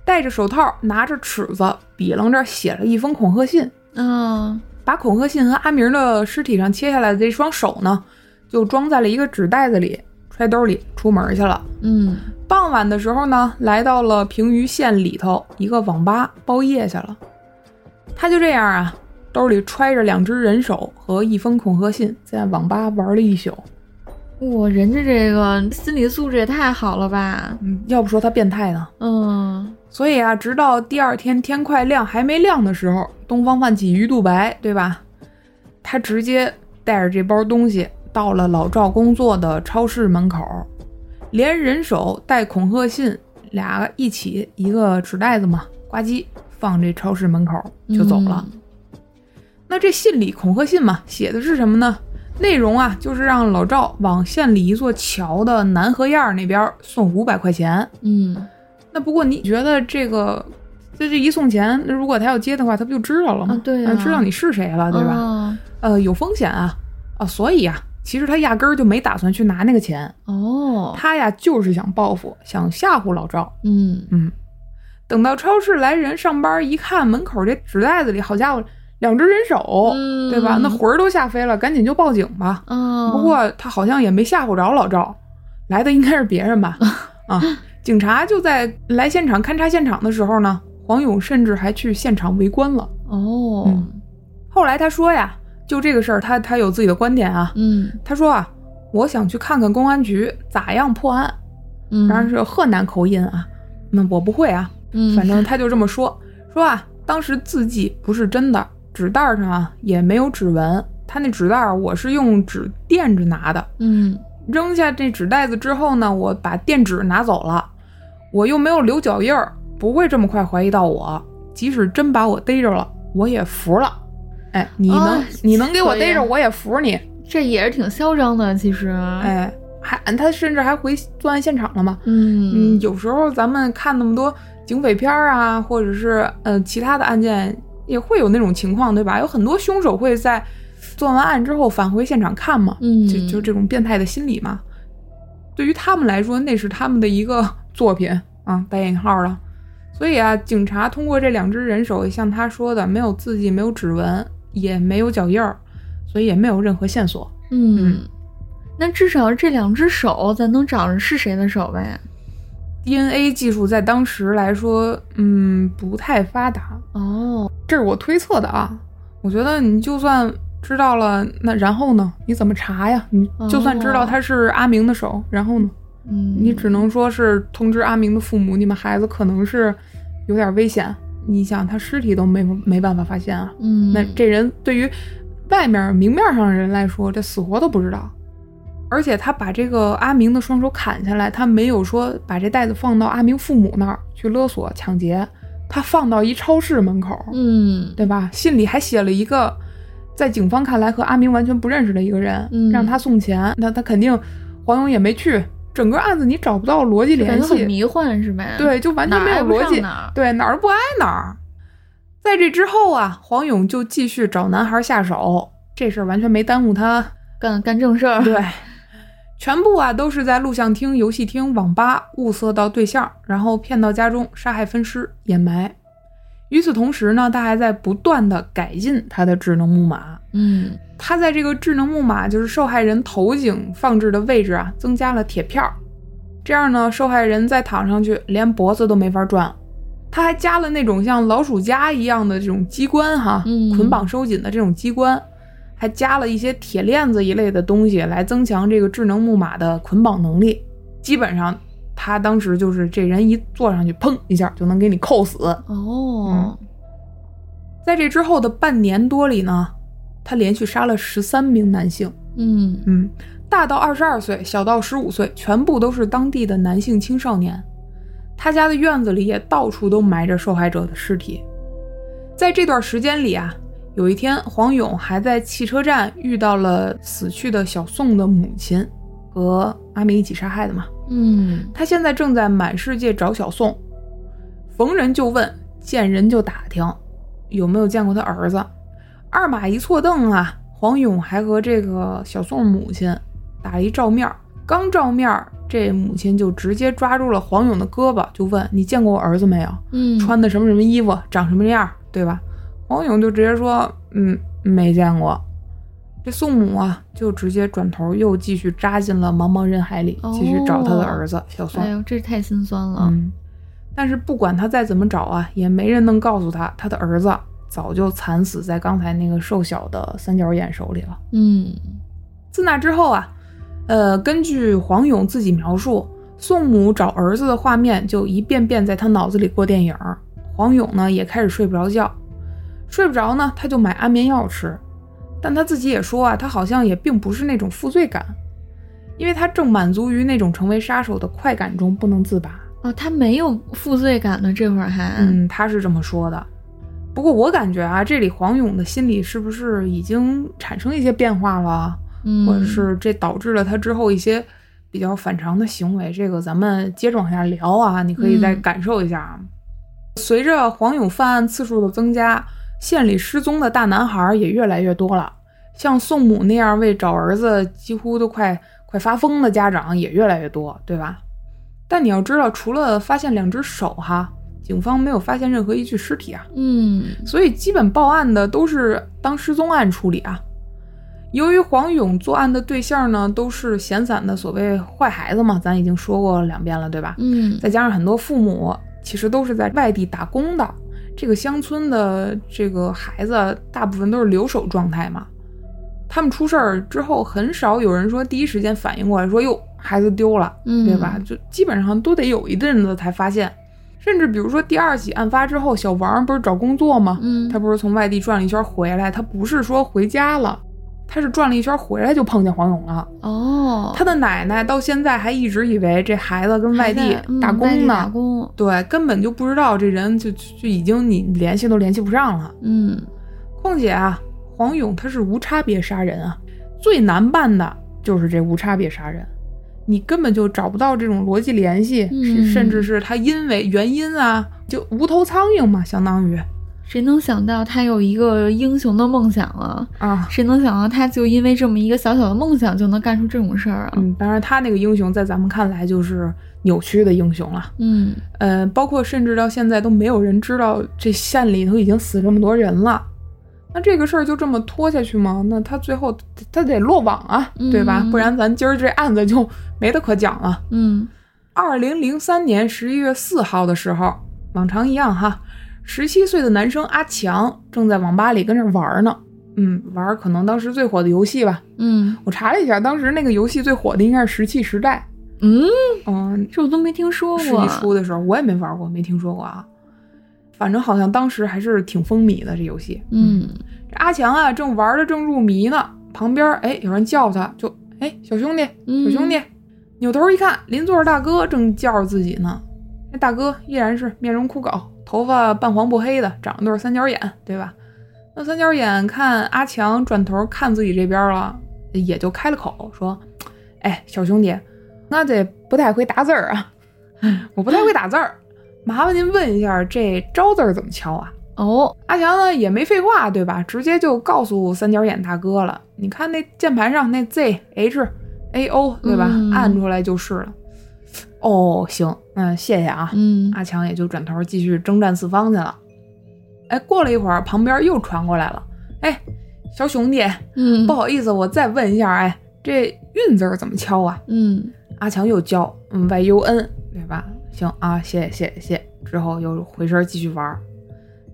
[SPEAKER 1] 戴着手套，拿着尺子，比楞着写了一封恐吓信。
[SPEAKER 2] 啊，
[SPEAKER 1] 把恐吓信和阿明的尸体上切下来的这双手呢，就装在了一个纸袋子里，揣兜里出门去了。
[SPEAKER 2] 嗯，
[SPEAKER 1] 傍晚的时候呢，来到了平舆县里头一个网吧包夜去了。他就这样啊，兜里揣着两只人手和一封恐吓信，在网吧玩了一宿。
[SPEAKER 2] 哇，人家这个心理素质也太好了吧，
[SPEAKER 1] 嗯，要不说他变态呢。
[SPEAKER 2] 嗯，
[SPEAKER 1] 所以啊，直到第二天天快亮还没亮的时候，东方泛起鱼肚白，对吧？他直接带着这包东西到了老赵工作的超市门口，连人手带恐吓信俩一起一个纸袋子嘛，呱唧放这超市门口就走了。
[SPEAKER 2] 嗯，
[SPEAKER 1] 那这信里恐吓信嘛，写的是什么呢？内容啊，就是让老赵往县里一座桥的南河沿儿那边送五百块钱。
[SPEAKER 2] 嗯，
[SPEAKER 1] 那不过你觉得这个，这这一送钱，那如果他要接的话，他不就知道了吗？
[SPEAKER 2] 啊对啊嗯
[SPEAKER 1] 知道你是谁了，对吧？
[SPEAKER 2] 吧？
[SPEAKER 1] 呃，有风险啊，啊，所以啊，其实他压根儿就没打算去拿那个钱，
[SPEAKER 2] 哦，
[SPEAKER 1] 他呀就是想报复，想吓唬老赵。
[SPEAKER 2] 嗯，
[SPEAKER 1] 嗯，等到超市来人上班一看，门口这纸袋子里，好家伙，两只人手，
[SPEAKER 2] 嗯
[SPEAKER 1] 对吧？那魂儿都吓飞了，赶紧就报警吧。
[SPEAKER 2] 啊，
[SPEAKER 1] 不过他好像也没吓唬着老赵，来的应该是别人 吧？啊，警察就在来现场勘察现场的时候呢，黄勇甚至还去现场围观了。
[SPEAKER 2] 哦，
[SPEAKER 1] 嗯后来他说呀，就这个事儿，他他有自己的观点啊。
[SPEAKER 2] 嗯
[SPEAKER 1] 他说啊，我想去看看公安局咋样破案，
[SPEAKER 2] 嗯，
[SPEAKER 1] 当然是河南口音啊。那我不会啊，
[SPEAKER 2] 嗯，
[SPEAKER 1] 反正他就这么说，说啊，当时字迹不是真的，纸袋儿上啊也没有指纹，他那纸袋儿我是用纸垫着拿的，
[SPEAKER 2] 嗯
[SPEAKER 1] 扔下这纸袋子之后呢，我把垫纸拿走了，我又没有留脚印儿，不会这么快怀疑到我。即使真把我逮着了，我也服了。哎，你能、
[SPEAKER 2] 啊
[SPEAKER 1] 你能给我逮着，
[SPEAKER 2] 可以
[SPEAKER 1] 我也服你。
[SPEAKER 2] 这也是挺嚣张的，其实。哎，
[SPEAKER 1] 哎，还他甚至还回作案现场了嘛？
[SPEAKER 2] 嗯
[SPEAKER 1] 嗯，有时候咱们看那么多警匪片儿啊，或者是呃其他的案件，也会有那种情况，对吧？有很多凶手会在做完案之后返回现场看嘛，
[SPEAKER 2] 嗯
[SPEAKER 1] 就就这种变态的心理嘛。对于他们来说，那是他们的一个 作品啊，带引号了。所以啊，警察通过这两只人手，像他说的，没有字迹，没有指纹，也没有脚印儿，所以也没有任何线索。
[SPEAKER 2] 嗯，那至少这两只手咱能找着是谁的手呗？
[SPEAKER 1] DNA 技术在当时来说，嗯，不太发达，
[SPEAKER 2] 哦，
[SPEAKER 1] 这是我推测的啊。我觉得你就算知道了，那然后呢？你怎么查呀？你就算知道他是阿明的手，然后呢？
[SPEAKER 2] 嗯，
[SPEAKER 1] 你只能说是通知阿明的父母，你们孩子可能是有点危险，你想他尸体都没没办法发现啊，
[SPEAKER 2] 嗯，
[SPEAKER 1] 那这人对于外面明面上的人来说，这死活都不知道。而且他把这个阿明的双手砍下来，他没有说把这袋子放到阿明父母那儿去勒索抢劫，他放到一超市门口，
[SPEAKER 2] 嗯
[SPEAKER 1] 对吧？信里还写了一个，在警方看来和阿明完全不认识的一个人，
[SPEAKER 2] 嗯
[SPEAKER 1] 让他送钱，那他肯定黄勇也没去，整个案子你找不到逻辑
[SPEAKER 2] 感
[SPEAKER 1] 联
[SPEAKER 2] 觉很
[SPEAKER 1] 系，
[SPEAKER 2] 迷幻是呗？
[SPEAKER 1] 对，，就完全
[SPEAKER 2] 哪
[SPEAKER 1] 没有
[SPEAKER 2] 挨不
[SPEAKER 1] 逻
[SPEAKER 2] 上
[SPEAKER 1] 辑，
[SPEAKER 2] 哪儿
[SPEAKER 1] 对，哪儿不挨哪儿。在这之后啊，黄勇就继续找男孩下手，这事儿完全没耽误他。
[SPEAKER 2] 干干正 事儿。
[SPEAKER 1] 对，全部啊都是在录像厅、游戏厅、网吧物色到对象，然后骗到家中杀害、分尸、掩埋。与此同时呢，他还在不断的改进他的智能木马。
[SPEAKER 2] 嗯
[SPEAKER 1] 他在这个智能木马，就是受害人头颈放置的位置啊，增加了铁片儿，这样呢，受害人再躺上去，连脖子都没法转。他还加了那种像老鼠夹一样的这种机关哈，
[SPEAKER 2] 嗯
[SPEAKER 1] 捆绑收紧的这种机关，还加了一些铁链子一类的东西来增强这个智能木马的捆绑能力。基本上，他当时就是这人一坐上去，砰一下就能给你扣死。
[SPEAKER 2] 哦，
[SPEAKER 1] 在这之后的半年多里呢，他连续杀了十三名男性。
[SPEAKER 2] 嗯
[SPEAKER 1] 嗯，大到二十二岁，小到十五岁，全部都是当地的男性青少年。他家的院子里也到处都埋着受害者的尸体。在这段时间里啊，有一天，黄勇还在汽车站遇到了死去的小宋的母亲和阿明一起杀害的嘛。
[SPEAKER 2] 嗯
[SPEAKER 1] 他现在正在满世界找小宋，逢人就问，见人就打听，有没有见过他儿子。二马一错蹬啊，黄勇还和这个小宋母亲打了一照面儿。刚照面儿，这母亲就直接抓住了黄勇的胳膊，就问：“你见过我儿子没有？
[SPEAKER 2] 嗯，
[SPEAKER 1] 穿的什么什么衣服，长什么样儿，对吧？”黄勇就直接说：“嗯，没见过。”这宋母啊，就直接转头又继续扎进了茫茫人海里，继续找他的儿子、小宋
[SPEAKER 2] 哦哎。呦，这太心酸了。
[SPEAKER 1] 嗯，但是不管他再怎么找啊，也没人能告诉他，他的儿子早就惨死在刚才那个瘦小的三角眼手里了。
[SPEAKER 2] 嗯
[SPEAKER 1] 自那之后啊，呃，根据黄勇自己描述，宋母找儿子的画面就一遍遍在他脑子里过电影儿。黄勇呢也开始睡不着觉，睡不着呢他就买安眠药吃，但他自己也说啊，他好像也并不是那种负罪感，因为他正满足于那种成为杀手的快感中不能自拔。
[SPEAKER 2] 哦，他没有负罪感呢，这会儿还
[SPEAKER 1] 嗯，他是这么说的。不过我感觉啊，这里黄勇的心理是不是已经产生一些变化了，
[SPEAKER 2] 嗯，
[SPEAKER 1] 或者是这导致了他之后一些比较反常的行为？这个咱们接着往下聊啊，你可以再
[SPEAKER 2] 嗯
[SPEAKER 1] 感受一下。啊。随着黄勇犯案次数的增加，县里失踪的大男孩也越来越多了。像宋母那样为找儿子几乎都快快发疯的家长也越来越多，对吧？但你要知道，除了发现两只手哈，警方没有发现任何一具尸体啊，
[SPEAKER 2] 嗯
[SPEAKER 1] 所以基本报案的都是当失踪案处理啊。由于黄勇作案的对象呢都是闲散的所谓坏孩子嘛，咱已经说过两遍了，对吧？
[SPEAKER 2] 嗯
[SPEAKER 1] 再加上很多父母其实都是在外地打工的，这个乡村的这个孩子大部分都是留守状态嘛。他们出事儿之后，很少有人说第一时间反应过来说哟孩子丢了，
[SPEAKER 2] 嗯，
[SPEAKER 1] 对吧？？就基本上都得有一阵子才发现。甚至比如说第二起案发之后，小王不是找工作吗？
[SPEAKER 2] 嗯，
[SPEAKER 1] 他不是从外地转了一圈回来，他不是说回家了，他是转了一圈回来就碰见黄勇了。
[SPEAKER 2] 哦，
[SPEAKER 1] 他的奶奶到现在还一直以为这孩子跟外
[SPEAKER 2] 还
[SPEAKER 1] 地
[SPEAKER 2] 在嗯
[SPEAKER 1] 打
[SPEAKER 2] 外地
[SPEAKER 1] 工
[SPEAKER 2] 打
[SPEAKER 1] 呢，
[SPEAKER 2] 工，
[SPEAKER 1] 对，根本就不知道这人就就就已经你联系都联系不上了。
[SPEAKER 2] 嗯
[SPEAKER 1] 况且啊，黄勇他是无差别杀人啊，最难办的就是这无差别杀人，你根本就找不到这种逻辑联系，
[SPEAKER 2] 嗯
[SPEAKER 1] 是甚至是他因为原因啊，就无头苍蝇嘛，相当于
[SPEAKER 2] 谁能想到他有一个英雄的梦想啊？
[SPEAKER 1] 啊。
[SPEAKER 2] 谁能想到他就因为这么一个小小的梦想就能干出这种事儿啊？
[SPEAKER 1] 嗯，当然，他那个英雄在咱们看来就是扭曲的英雄了。
[SPEAKER 2] 嗯
[SPEAKER 1] 呃，包括甚至到现在都没有人知道这县里头已经死这么多人了。那这个事儿就这么拖下去吗？那他最后他他得落网啊，对吧？
[SPEAKER 2] 嗯
[SPEAKER 1] 不然咱今儿这案子就没得可讲了。
[SPEAKER 2] 嗯
[SPEAKER 1] 二零零三年十一月四号的时候，往常一样哈，十七岁的男生阿强正在网吧里跟那儿玩儿呢。嗯，玩儿可能当时最火的游戏吧。
[SPEAKER 2] 嗯
[SPEAKER 1] 我查了一下，当时那个游戏最火的应该是《石器时代
[SPEAKER 2] 嗯，》。
[SPEAKER 1] 嗯，
[SPEAKER 2] 这我都没听说
[SPEAKER 1] 是
[SPEAKER 2] 过
[SPEAKER 1] 一。出的时候，我也没玩过，没听说过啊。反正好像当时还是挺风靡的这游戏。
[SPEAKER 2] 嗯
[SPEAKER 1] 这阿强啊，正玩的正入迷呢，旁边哎有人叫他，就哎小兄弟，小
[SPEAKER 2] 嗯
[SPEAKER 1] 兄弟，扭头一看，邻座大哥正叫着自己呢。那大哥依然是面容枯槁，头发半黄不黑的，长得对三角眼，对吧？那三角眼看阿强转头看自己这边了，也就开了口说：“哎，小兄弟，我这不太会打字儿啊， 我不太会打字儿，麻烦您问一下这招字儿怎么敲啊？”
[SPEAKER 2] 哦，
[SPEAKER 1] 阿强呢也没废话，对吧？直接就告诉三角眼大哥了。你看那键盘上那 Z H A O，对吧？
[SPEAKER 2] 嗯
[SPEAKER 1] 按出来就是了。哦，行，嗯，谢谢啊。
[SPEAKER 2] 嗯
[SPEAKER 1] 阿强也就转头继续征战四方去了。哎，过了一会儿，旁边又传过来了。哎，小兄弟，
[SPEAKER 2] 嗯
[SPEAKER 1] 不好意思，我再问一下，哎，这运字儿怎么敲啊？
[SPEAKER 2] 嗯
[SPEAKER 1] 阿强又教，嗯，Y U N，对吧？行啊，谢谢谢谢谢谢。之后又回身继续玩儿。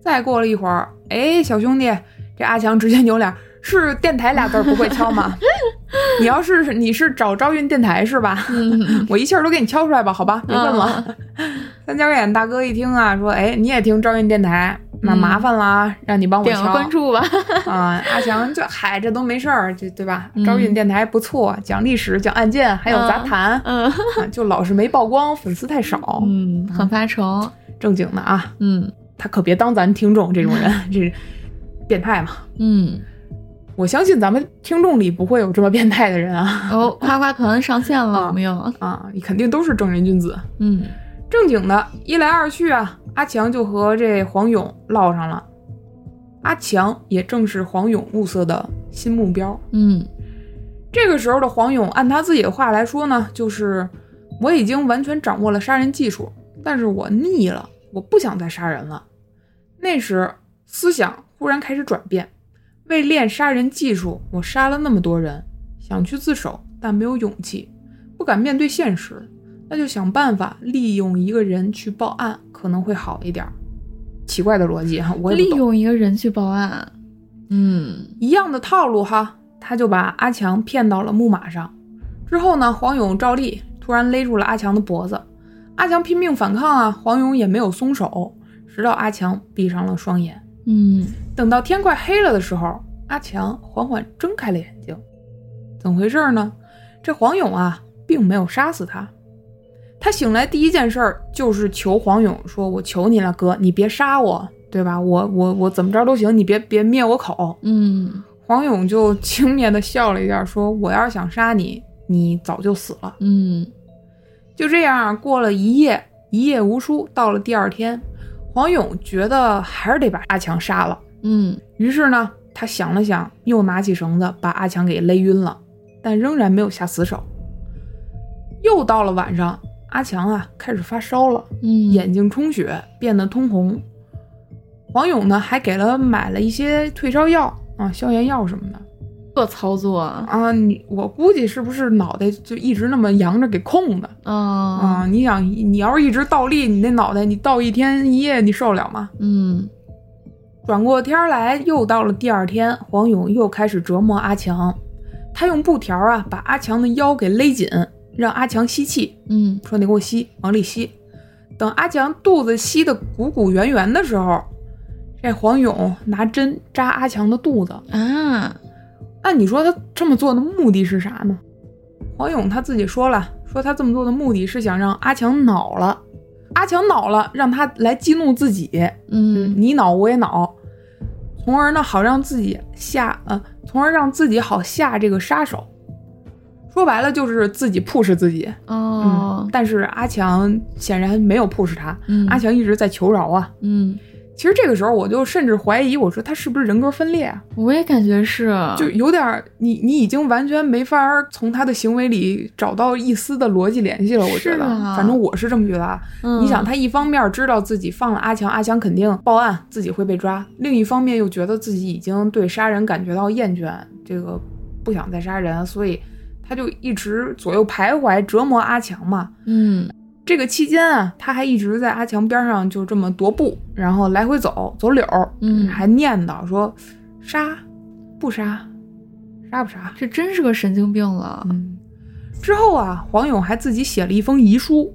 [SPEAKER 1] 再过了一会儿，哎，小兄弟，这阿强直接扭脸，是电台俩字儿不会敲吗？ 你要是你是找招运电台是 吧？
[SPEAKER 2] 嗯
[SPEAKER 1] 我一气儿都给你敲出来吧，好吧，别问了。 三角眼大哥一听啊，说，哎，你也听招运电台，那
[SPEAKER 2] 嗯
[SPEAKER 1] 麻烦了啊，让你帮我
[SPEAKER 2] 点
[SPEAKER 1] 敲
[SPEAKER 2] 个关 注吧。
[SPEAKER 1] 啊，阿强就嗨，这都没事儿，这对吧？
[SPEAKER 2] 嗯
[SPEAKER 1] 招运电台不错，讲历史，讲案件，还有杂
[SPEAKER 2] 嗯
[SPEAKER 1] 谈。
[SPEAKER 2] 嗯
[SPEAKER 1] 啊， 就老是没曝光，粉丝太少。
[SPEAKER 2] 嗯，很发愁。
[SPEAKER 1] 正经的啊，
[SPEAKER 2] 嗯
[SPEAKER 1] 他可别当咱听众这种人，这是变态嘛。
[SPEAKER 2] 嗯，
[SPEAKER 1] 我相信咱们听众里不会有这么变态的人啊
[SPEAKER 2] 哦，夸夸团上线
[SPEAKER 1] 啊
[SPEAKER 2] 了，我们又
[SPEAKER 1] 啊，你肯定都是正人君子。
[SPEAKER 2] 嗯
[SPEAKER 1] 正经的，一来二去啊，阿强就和这黄勇唠上了。阿强也正是黄勇物色的新目标。
[SPEAKER 2] 嗯
[SPEAKER 1] 这个时候的黄勇，按他自己的话来说呢，就是我已经完全掌握了杀人技术，但是我腻了，我不想再杀人了。那时思想忽然开始转变，为练杀人技术，我杀了那么多人，想去自首，但没有勇气，不敢面对现实，那就想办法利用一个人去报案，可能会好一点儿。奇怪的逻辑哈，我也
[SPEAKER 2] 利
[SPEAKER 1] 不懂。
[SPEAKER 2] 用一个人去报案。嗯
[SPEAKER 1] 一样的套路哈，他就把阿强骗到了木马上。之后呢，黄勇照例突然勒住了阿强的脖子，阿强拼命反抗啊，黄勇也没有松手，直到阿强闭上了双眼。
[SPEAKER 2] 嗯
[SPEAKER 1] 等到天快黑了的时候，阿强缓缓睁开了眼睛，怎么回事呢？这黄勇啊，并没有杀死他。他醒来第一件事儿就是求黄勇说：“我求你了，哥，你别杀我，对吧？我我我怎么着都行，你别别灭我口。”
[SPEAKER 2] 嗯
[SPEAKER 1] 黄勇就轻蔑的笑了一下，说：“我要是想杀你，你早就死了。
[SPEAKER 2] 嗯”
[SPEAKER 1] 就这样啊过了一夜，一夜无书。到了第二天，黄勇觉得还是得把阿强杀了。
[SPEAKER 2] 嗯
[SPEAKER 1] 于是呢，他想了想，又拿起绳子把阿强给勒晕了，但仍然没有下死手。又到了晚上，阿强啊开始发烧了，
[SPEAKER 2] 嗯，
[SPEAKER 1] 眼睛充血，变得通红。黄勇呢还给了买了一些退烧药啊、消炎药什么的。
[SPEAKER 2] 这操作啊
[SPEAKER 1] 啊，你我估计是不是脑袋就一直那么扬着给控的啊？
[SPEAKER 2] 啊
[SPEAKER 1] 你想，你要是一直倒立，你那脑袋你倒一天一夜，你受得了吗？
[SPEAKER 2] 嗯
[SPEAKER 1] 转过天儿来，又到了第二天，黄勇又开始折磨阿强，他用布条啊把阿强的腰给勒紧，让阿强吸气，
[SPEAKER 2] 嗯
[SPEAKER 1] 说你给我吸，往里吸。等阿强肚子吸得鼓鼓圆圆的时候，这黄勇拿针扎阿强的肚子，
[SPEAKER 2] 啊
[SPEAKER 1] 那你说他这么做的目的是啥呢？黄勇他自己说了，说他这么做的目的是想让阿强恼了，阿强恼了，让他来激怒自己，
[SPEAKER 2] 嗯
[SPEAKER 1] 你恼我也恼，从而呢好让自己下呃，从而让自己好下这个杀手。说白了就是自己 push 自己，
[SPEAKER 2] 哦
[SPEAKER 1] 但是阿强显然没有 push 他，
[SPEAKER 2] 嗯
[SPEAKER 1] 阿强一直在求饶啊。
[SPEAKER 2] 嗯，
[SPEAKER 1] 其实这个时候我就甚至怀疑，我说他是不是人格分裂啊？
[SPEAKER 2] 我也感觉是
[SPEAKER 1] 就有点儿，你你已经完全没法儿从他的行为里找到一丝的逻辑联系了。我觉
[SPEAKER 2] 是
[SPEAKER 1] 得，
[SPEAKER 2] 啊
[SPEAKER 1] 反正我是这么觉得啊。
[SPEAKER 2] 嗯
[SPEAKER 1] 你想，他一方面知道自己放了阿强，阿强肯定报案，自己会被抓；另一方面又觉得自己已经对杀人感觉到厌倦，这个不想再杀人，所以他就一直左右徘徊，折磨阿强嘛。
[SPEAKER 2] 嗯
[SPEAKER 1] 这个期间啊，他还一直在阿强边上就这么踱步，然后来回走走柳儿，
[SPEAKER 2] 嗯
[SPEAKER 1] 还念叨说杀不杀，杀不杀。
[SPEAKER 2] 这真是个神经病了。
[SPEAKER 1] 嗯，之后啊，黄勇还自己写了一封遗书，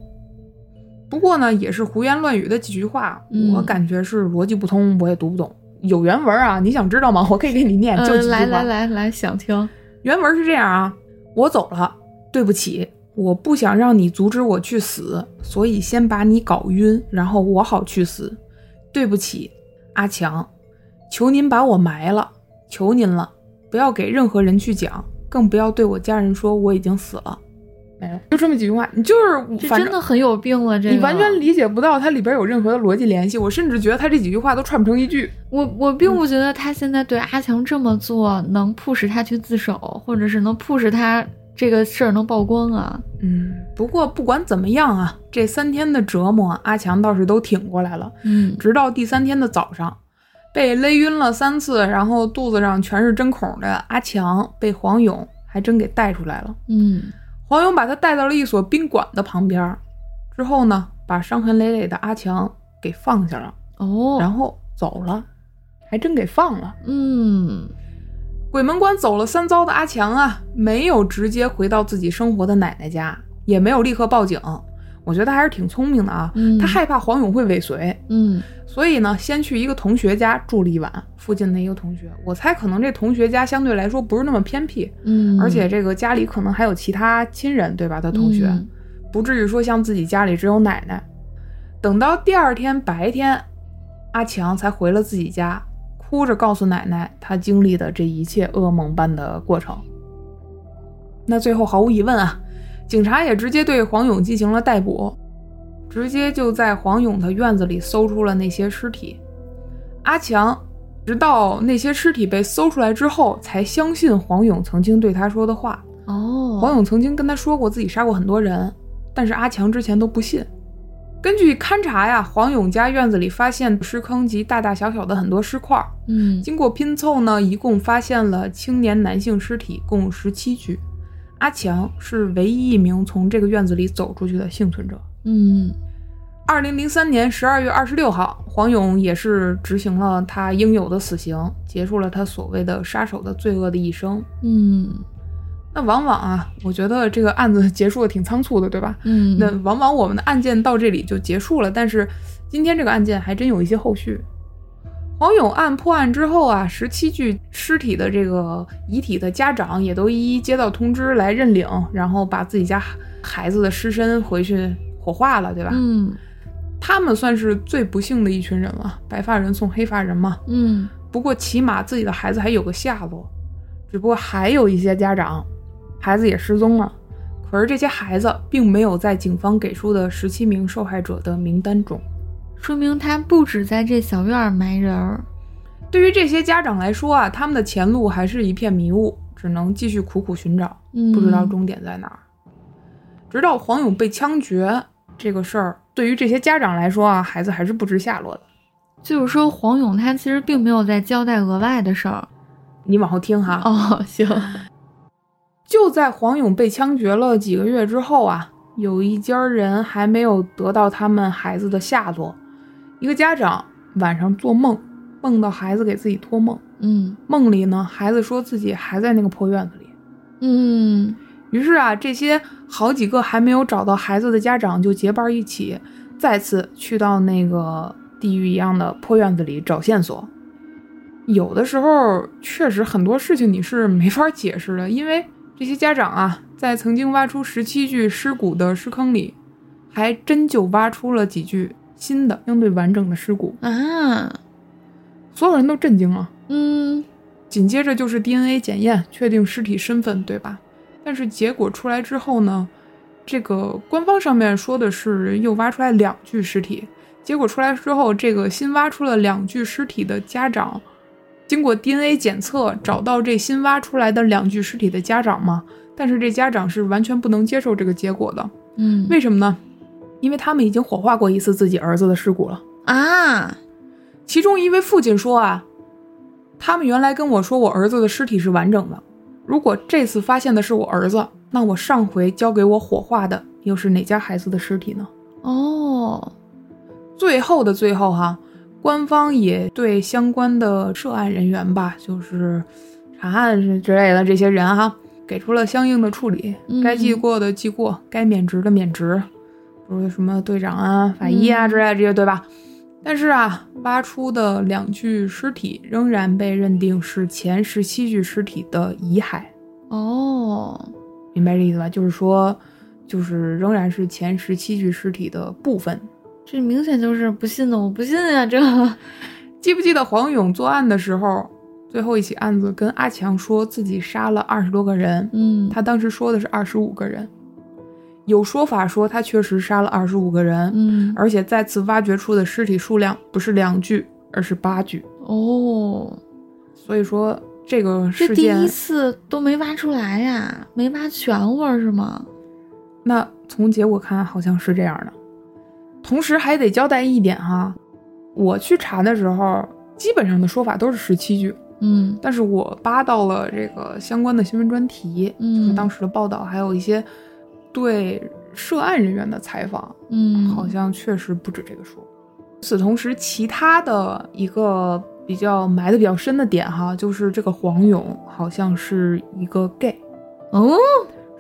[SPEAKER 1] 不过呢，也是胡言乱语的几句话，
[SPEAKER 2] 嗯
[SPEAKER 1] 我感觉是逻辑不通，我也读不懂。有原文啊，你想知道吗？我可以给你念，就
[SPEAKER 2] 呃
[SPEAKER 1] 几，句话。
[SPEAKER 2] 来来来来，想听，
[SPEAKER 1] 原文是这样啊：我走了，对不起，我不想让你阻止我去死，所以先把你搞晕，然后我好去死。对不起，阿强，求您把我埋了，求您了，不要给任何人去讲，更不要对我家人说我已经死了。哎没了，就这么几句话，你就是
[SPEAKER 2] 这
[SPEAKER 1] 反
[SPEAKER 2] 真
[SPEAKER 1] 正
[SPEAKER 2] 的很有病了，这个
[SPEAKER 1] 你完全理解不到它里边有任何的逻辑联系，我甚至觉得它这几句话都串不成一句。
[SPEAKER 2] 我我
[SPEAKER 1] 嗯
[SPEAKER 2] 并不觉得他现在对阿强这么做能迫使他去自首，或者是能迫使他这个事儿能曝光啊。
[SPEAKER 1] 嗯，不过不管怎么样啊，这三天的折磨，阿强倒是都挺过来了。
[SPEAKER 2] 嗯，
[SPEAKER 1] 直到第三天的早上，被勒晕了三次，然后肚子上全是针孔的阿强被黄勇还真给带出来了。
[SPEAKER 2] 嗯，
[SPEAKER 1] 黄勇把他带到了一所宾馆的旁边儿，之后呢，把伤痕累累的阿强给放下了，
[SPEAKER 2] 哦，
[SPEAKER 1] 然后走了，还真给放了。
[SPEAKER 2] 嗯，
[SPEAKER 1] 鬼门关走了三遭的阿强啊，没有直接回到自己生活的奶奶家，也没有立刻报警。我觉得还是挺聪明的啊，
[SPEAKER 2] 嗯
[SPEAKER 1] 他害怕黄勇会尾随，
[SPEAKER 2] 嗯，
[SPEAKER 1] 所以呢，先去一个同学家住了一晚，附近的一个同学。我猜可能这同学家相对来说不是那么偏僻，
[SPEAKER 2] 嗯，
[SPEAKER 1] 而且这个家里可能还有其他亲人，对吧？他同学、
[SPEAKER 2] 嗯
[SPEAKER 1] 不至于说像自己家里只有奶奶。等到第二天白天，阿强才回了自己家，哭着告诉奶奶他经历的这一切噩梦般的过程。那最后毫无疑问啊，警察也直接对黄勇进行了逮捕，直接就在黄勇的院子里搜出了那些尸体。阿强直到那些尸体被搜出来之后，才相信黄勇曾经对他说的话。
[SPEAKER 2] 哦，
[SPEAKER 1] 黄勇曾经跟他说过自己杀过很多人，但是阿强之前都不信。根据勘查呀，黄勇家院子里发现尸坑及大大小小的很多尸块儿，
[SPEAKER 2] 嗯，
[SPEAKER 1] 经过拼凑呢，一共发现了青年男性尸体共十七具。阿强是唯一一名从这个院子里走出去的幸存者。
[SPEAKER 2] 嗯，
[SPEAKER 1] 二零零三年十二月二十六号，黄勇也是执行了他应有的死刑，结束了他所谓的杀手的罪恶的一生。
[SPEAKER 2] 嗯，
[SPEAKER 1] 那往往啊，我觉得这个案子结束的挺仓促的，对吧？
[SPEAKER 2] 嗯，
[SPEAKER 1] 那往往我们的案件到这里就结束了，但是今天这个案件还真有一些后续。黄勇案破案之后啊，十七具尸体的这个遗体的家长也都一一接到通知来认领，然后把自己家孩子的尸身回去火化了，对吧？
[SPEAKER 2] 嗯，
[SPEAKER 1] 他们算是最不幸的一群人了，白发人送黑发人嘛。
[SPEAKER 2] 嗯，
[SPEAKER 1] 不过起码自己的孩子还有个下落，只不过还有一些家长，孩子也失踪了。可是这些孩子并没有在警方给出的十七名受害者的名单中。
[SPEAKER 2] 说明他不止在这小院儿埋人儿。
[SPEAKER 1] 对于这些家长来说啊，他们的前路还是一片迷雾，只能继续苦苦寻找，
[SPEAKER 2] 嗯，
[SPEAKER 1] 不知道终点在哪儿。直到黄勇被枪决这个事儿，对于这些家长来说啊，孩子还是不知下落的。
[SPEAKER 2] 就是说黄勇他其实并没有在交代额外的事儿。
[SPEAKER 1] 你往后听哈。
[SPEAKER 2] 哦，行，
[SPEAKER 1] 就在黄勇被枪决了几个月之后啊，有一家人还没有得到他们孩子的下落。一个家长晚上做梦，梦到孩子给自己托梦，
[SPEAKER 2] 嗯
[SPEAKER 1] 梦里呢，孩子说自己还在那个破院子里。
[SPEAKER 2] 嗯。
[SPEAKER 1] 于是啊，这些好几个还没有找到孩子的家长就结伴一起，再次去到那个地狱一样的破院子里找线索。有的时候，确实很多事情你是没法解释的，因为这些家长啊，在曾经挖出十七具尸骨的尸坑里，还真就挖出了几具新的相对完整的尸骨，
[SPEAKER 2] 啊，
[SPEAKER 1] 所有人都震惊了。
[SPEAKER 2] 嗯
[SPEAKER 1] 紧接着就是 DNA 检验，确定尸体身份，对吧？但是结果出来之后呢，这个官方上面说的是又挖出来两具尸体，结果出来之后，这个新挖出了两具尸体的家长，经过 DNA 检测找到这新挖出来的两具尸体的家长嘛，但是这家长是完全不能接受这个结果的，
[SPEAKER 2] 嗯，
[SPEAKER 1] 为什么呢？因为他们已经火化过一次自己儿子的尸骨了。
[SPEAKER 2] 啊，
[SPEAKER 1] 其中一位父亲说啊，他们原来跟我说我儿子的尸体是完整的，如果这次发现的是我儿子，那我上回交给我火化的又是哪家孩子的尸体呢？
[SPEAKER 2] 哦，
[SPEAKER 1] 最后的最后哈、官方也对相关的涉案人员吧，就是查案之类的这些人哈、给出了相应的处理
[SPEAKER 2] 嗯，
[SPEAKER 1] 该记过的记过，该免职的免职。比如什么队长啊、法医啊
[SPEAKER 2] 嗯
[SPEAKER 1] 之类的这些，对吧？但是啊，挖出的两具尸体仍然被认定是前十七具尸体的遗骸，
[SPEAKER 2] 哦，
[SPEAKER 1] 明白这意思吧？就是说，就是仍然是前十七具尸体的部分。
[SPEAKER 2] 这明显就是不信的，我不信啊！这，
[SPEAKER 1] 记不记得黄勇作案的时候，最后一起案子跟阿强说自己杀了二十多个人，
[SPEAKER 2] 嗯，
[SPEAKER 1] 他当时说的是二十五个人，有说法说他确实杀了二十五个人，
[SPEAKER 2] 嗯，
[SPEAKER 1] 而且再次挖掘出的尸体数量不是两具，而是八具。
[SPEAKER 2] 哦，
[SPEAKER 1] 所以说这个
[SPEAKER 2] 这
[SPEAKER 1] 事
[SPEAKER 2] 第
[SPEAKER 1] 件
[SPEAKER 2] 一，次都没挖出来呀，没挖全乎儿是吗？
[SPEAKER 1] 那从结果看好像是这样的。同时还得交代一点哈，我去查的时候，基本上的说法都是十七具，
[SPEAKER 2] 嗯
[SPEAKER 1] 但是我扒到了这个相关的新闻专题，
[SPEAKER 2] 嗯
[SPEAKER 1] 就是当时的报道，还有一些对涉案人员的采访，
[SPEAKER 2] 嗯，
[SPEAKER 1] 好像确实不止这个数。与此同时，其他的一个比较埋的比较深的点哈，就是这个黄勇好像是一个 gay，
[SPEAKER 2] 哦，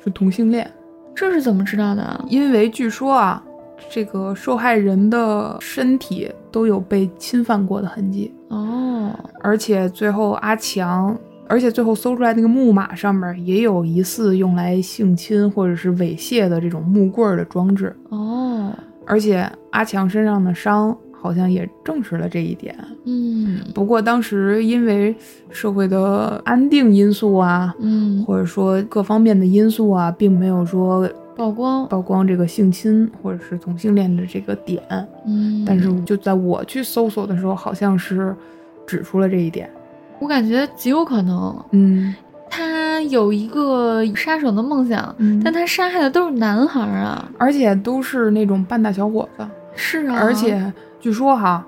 [SPEAKER 1] 是同性恋，
[SPEAKER 2] 这是怎么知道的？
[SPEAKER 1] 因为据说啊，这个受害人的身体都有被侵犯过的痕迹，
[SPEAKER 2] 哦，
[SPEAKER 1] 而且最后阿强，而且最后搜出来那个木马上面也有疑似用来性侵或者是猥亵的这种木棍儿的装置，
[SPEAKER 2] 哦，
[SPEAKER 1] 而且阿强身上的伤好像也证实了这一点。
[SPEAKER 2] 嗯
[SPEAKER 1] 不过当时因为社会的安定因素啊，
[SPEAKER 2] 嗯，
[SPEAKER 1] 或者说各方面的因素啊，并没有说
[SPEAKER 2] 曝光，
[SPEAKER 1] 曝光这个性侵或者是同性恋的这个点。
[SPEAKER 2] 嗯，
[SPEAKER 1] 但是就在我去搜索的时候，好像是指出了这一点。
[SPEAKER 2] 我感觉极有可能，
[SPEAKER 1] 嗯，
[SPEAKER 2] 他有一个杀手的梦想，
[SPEAKER 1] 嗯
[SPEAKER 2] 但他杀害的都是男孩儿啊，
[SPEAKER 1] 而且都是那种半大小伙子，
[SPEAKER 2] 是啊，
[SPEAKER 1] 而且据说哈，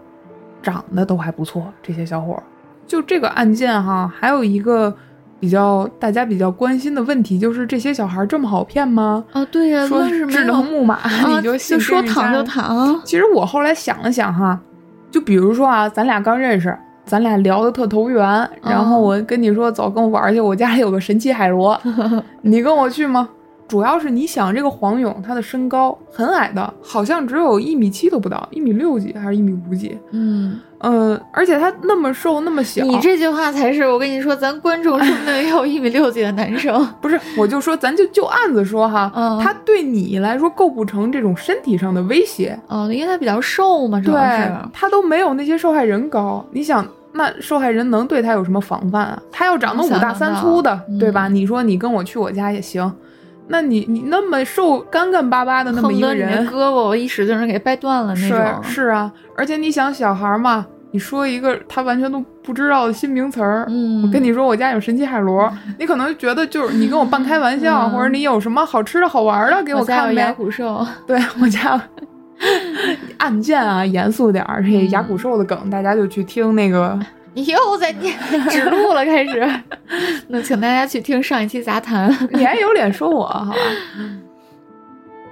[SPEAKER 1] 长得都还不错，这些小伙儿。就这个案件哈，还有一个比较大家比较关心的问题，就是这些小孩儿这么好骗吗？
[SPEAKER 2] 啊，对呀、
[SPEAKER 1] 说
[SPEAKER 2] 论是没
[SPEAKER 1] 智
[SPEAKER 2] 有
[SPEAKER 1] 能木马，
[SPEAKER 2] 啊，
[SPEAKER 1] 你就信
[SPEAKER 2] 说
[SPEAKER 1] 这一
[SPEAKER 2] 躺
[SPEAKER 1] 家
[SPEAKER 2] 就躺，
[SPEAKER 1] 其实我后来想了想哈，就比如说啊，咱俩刚认识，咱俩聊得特投缘，然
[SPEAKER 2] 嗯
[SPEAKER 1] 后我跟你说走，跟我玩儿去，我家里有个神奇海 螺，你跟我去吗？主要是你想这个黄勇，他的身高很矮的，好像只有一米七都不到，一米六几还是一米五几？
[SPEAKER 2] 嗯，
[SPEAKER 1] 嗯，而且他那么瘦那么小，
[SPEAKER 2] 你这句话才是我跟你说，咱观众说 不定也有一米六几的男生。
[SPEAKER 1] 不是我就说，咱就就案子说哈，
[SPEAKER 2] 嗯
[SPEAKER 1] 他对你来说构不成这种身体上的威胁，
[SPEAKER 2] 哦，因为他比较瘦嘛，主
[SPEAKER 1] 对
[SPEAKER 2] 要是。
[SPEAKER 1] 他都没有那些受害人高。你想，那受害人能对他有什么防范啊？他要长得
[SPEAKER 2] 能
[SPEAKER 1] 五
[SPEAKER 2] 想
[SPEAKER 1] 大
[SPEAKER 2] 象
[SPEAKER 1] 三
[SPEAKER 2] 到
[SPEAKER 1] 粗的，对吧？
[SPEAKER 2] 嗯
[SPEAKER 1] 你说你跟我去我家也行，那你你那么瘦干干巴巴的那么
[SPEAKER 2] 恨
[SPEAKER 1] 一
[SPEAKER 2] 不得
[SPEAKER 1] 个
[SPEAKER 2] 你那
[SPEAKER 1] 人，
[SPEAKER 2] 胳膊我一使劲儿给掰断了那
[SPEAKER 1] 是
[SPEAKER 2] 种。
[SPEAKER 1] 是啊，而且你想小孩儿嘛，你说一个他完全都不知道的新名词儿。
[SPEAKER 2] 嗯，
[SPEAKER 1] 我跟你说，我家有神奇海螺，你可能觉得就是你跟我半开玩笑，
[SPEAKER 2] 嗯
[SPEAKER 1] 或者你有什么好吃的好玩儿的给
[SPEAKER 2] 我家
[SPEAKER 1] 看
[SPEAKER 2] 有
[SPEAKER 1] 呗。
[SPEAKER 2] 牙骨兽。
[SPEAKER 1] 对我家案件啊，严肃点儿，这牙骨兽的梗，大家就去听那个。
[SPEAKER 2] 你又在念指路了，开始。 那请大家去听上一期杂谈。
[SPEAKER 1] 你还有脸说我好吧？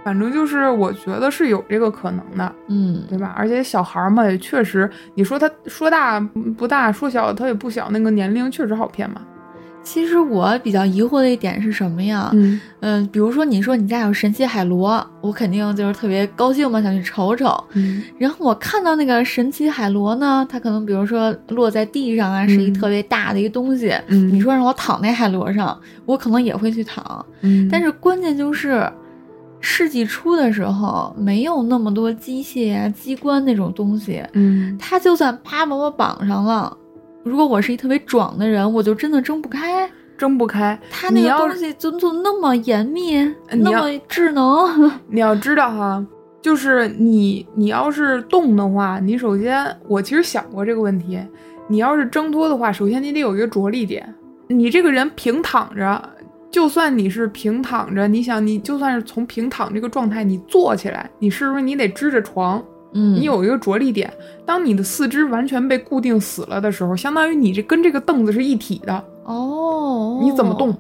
[SPEAKER 1] 反正就是，我觉得是有这个可能的，
[SPEAKER 2] 嗯，
[SPEAKER 1] 对吧？而且小孩儿嘛，也确实，你说他说大不大，说小他也不小，那个年龄确实好骗嘛。
[SPEAKER 2] 其实我比较疑惑的一点是什么呀？
[SPEAKER 1] 嗯
[SPEAKER 2] 嗯、比如说你说你家有神奇海螺，我肯定就是特别高兴嘛，想去瞅瞅。
[SPEAKER 1] 嗯
[SPEAKER 2] 然后我看到那个神奇海螺呢，它可能比如说落在地上啊，是一
[SPEAKER 1] 嗯
[SPEAKER 2] 特别大的一个东西。
[SPEAKER 1] 嗯
[SPEAKER 2] 你说让我躺那海螺上，我可能也会去躺。
[SPEAKER 1] 嗯，
[SPEAKER 2] 但是关键就是，世纪初的时候没有那么多机械啊、机关那种东西，
[SPEAKER 1] 嗯
[SPEAKER 2] 它就算啪把我绑上了，如果我是一特别壮的人，我就真的睁不开。
[SPEAKER 1] 睁不开。
[SPEAKER 2] 它那
[SPEAKER 1] 你
[SPEAKER 2] 个
[SPEAKER 1] 要
[SPEAKER 2] 东西就做那么严密，
[SPEAKER 1] 你
[SPEAKER 2] 那
[SPEAKER 1] 要
[SPEAKER 2] 么智 能，
[SPEAKER 1] 你要知道哈，就是你你要是动的话，你首先我其实想过这个问题，你要是挣脱的话，首先你得有一个着力点。你这个人平躺着，就算你是平躺着，你想你就算是从平躺这个状态你坐起来，你是不是你得支着床？
[SPEAKER 2] 嗯，
[SPEAKER 1] 你有一个着力点。当你的四肢完全被固定死了的时候，相当于你这跟这个凳子是一体的，
[SPEAKER 2] 哦，
[SPEAKER 1] 你怎么动？？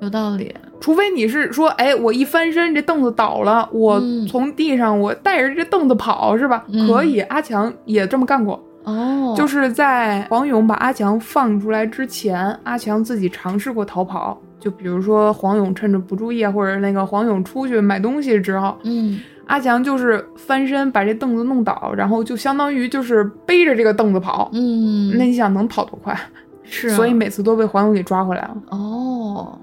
[SPEAKER 2] 有道理，
[SPEAKER 1] 除非你是说，哎，我一翻身，这凳子倒了，我
[SPEAKER 2] 嗯
[SPEAKER 1] 从地上我带着这凳子跑，是吧？
[SPEAKER 2] 嗯
[SPEAKER 1] 可以，阿强也这么干过。
[SPEAKER 2] 哦，哦，
[SPEAKER 1] 就是在黄勇把阿强放出来之前，阿强自己尝试过逃跑。就比如说黄勇趁着不注意啊，或者那个黄勇出去买东西之后，
[SPEAKER 2] 嗯，
[SPEAKER 1] 阿强就是翻身把这凳子弄倒，然后就相当于就是背着这个凳子跑。
[SPEAKER 2] 嗯，
[SPEAKER 1] 那你想能跑多快？
[SPEAKER 2] 是啊、
[SPEAKER 1] 所以每次都被黄勇给抓回来了。
[SPEAKER 2] 哦，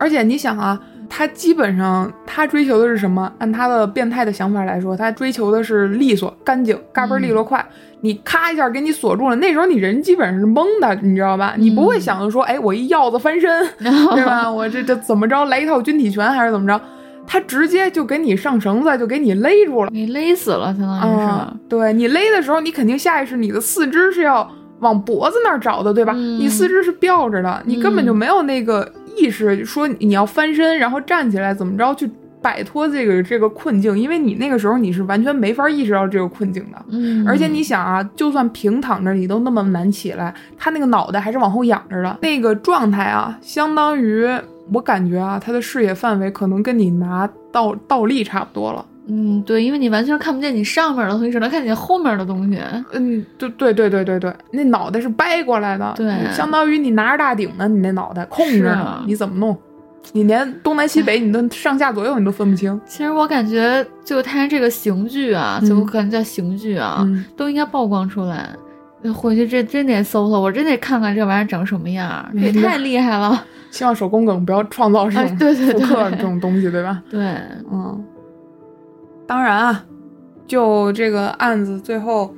[SPEAKER 1] 而且你想啊，他基本上他追求的是什么？按他的变态的想法来说，他追求的是利索、干净、嘎嘣利落快。你咔一下给你锁住了，那时候你人基本上是懵的，你知道吧？你不会想着说，哎，我一鹞子翻身，对吧？我这这怎么着来一套军体拳还是怎么着？他直接就给你上绳子，就给你勒住了。
[SPEAKER 2] 给勒死了，相当嗯于是。
[SPEAKER 1] 啊、对你勒的时候，你肯定下意识你的四肢是要往脖子那儿找的，对吧？
[SPEAKER 2] 嗯
[SPEAKER 1] 你四肢是吊着的，你根本就没有那个意识说你要翻身，然后站起来怎么着去摆脱这个这个困境，因为你那个时候你是完全没法意识到这个困境的。
[SPEAKER 2] 嗯，
[SPEAKER 1] 而且你想啊，就算平躺着，你都那么难起来，他那个脑袋还是往后仰着的，那个状态啊，相当于我感觉啊，他的视野范围可能跟你拿倒倒立差不多了。
[SPEAKER 2] 嗯，对，因为你完全看不见你上面的东西，只能看见后面的东西。
[SPEAKER 1] 嗯，对对对对对对，那脑袋是掰过来的，
[SPEAKER 2] 对
[SPEAKER 1] 相当于你拿着大顶呢，你那脑袋空
[SPEAKER 2] 是
[SPEAKER 1] 着
[SPEAKER 2] 啊
[SPEAKER 1] 呢，你怎么弄？你连东南西北，你都上下左右你都分不清。
[SPEAKER 2] 其实我感觉，就他这个刑具啊，
[SPEAKER 1] 嗯
[SPEAKER 2] 就我感觉叫刑具啊，
[SPEAKER 1] 嗯，
[SPEAKER 2] 都应该曝光出来。回去这真得搜搜，我真得看看这玩意儿长什么样儿，这也
[SPEAKER 1] 嗯
[SPEAKER 2] 太厉害了。
[SPEAKER 1] 希望手工梗不要创造这
[SPEAKER 2] 啊
[SPEAKER 1] 种
[SPEAKER 2] 对对
[SPEAKER 1] 复刻
[SPEAKER 2] 对
[SPEAKER 1] 这种东西，对吧？
[SPEAKER 2] 对，
[SPEAKER 1] 嗯，当然啊，就这个案子最后，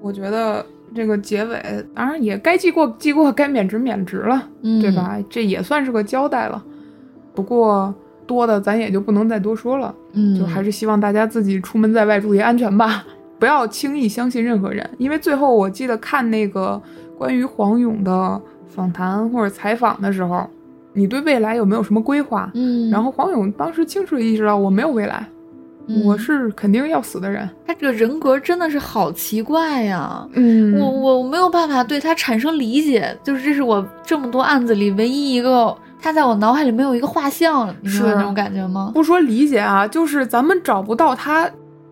[SPEAKER 1] 我觉得这个结尾，当然也该记过记过，该免职免职了。
[SPEAKER 2] 嗯，
[SPEAKER 1] 对？吧？这也算是个交代了。不过多的咱也就不能再多说了，
[SPEAKER 2] 嗯，
[SPEAKER 1] 就还是希望大家自己出门在外注意安全吧，不要轻易相信任何人。因为最后我记得看那个关于黄勇的访谈或者采访的时候，你对未来有没有什么规划？
[SPEAKER 2] 嗯，
[SPEAKER 1] 然后黄勇当时清楚地意识到我没有未来，
[SPEAKER 2] 嗯
[SPEAKER 1] 我是肯定要死的人。
[SPEAKER 2] 他这个人格真的是好奇怪呀。
[SPEAKER 1] 嗯
[SPEAKER 2] 我我没有办法对他产生理解，就是这是我这么多案子里唯一一个他在我脑海里没有一个画像，你明白
[SPEAKER 1] 是
[SPEAKER 2] 那种感觉吗？
[SPEAKER 1] 不说理解啊，就是咱们找不到他，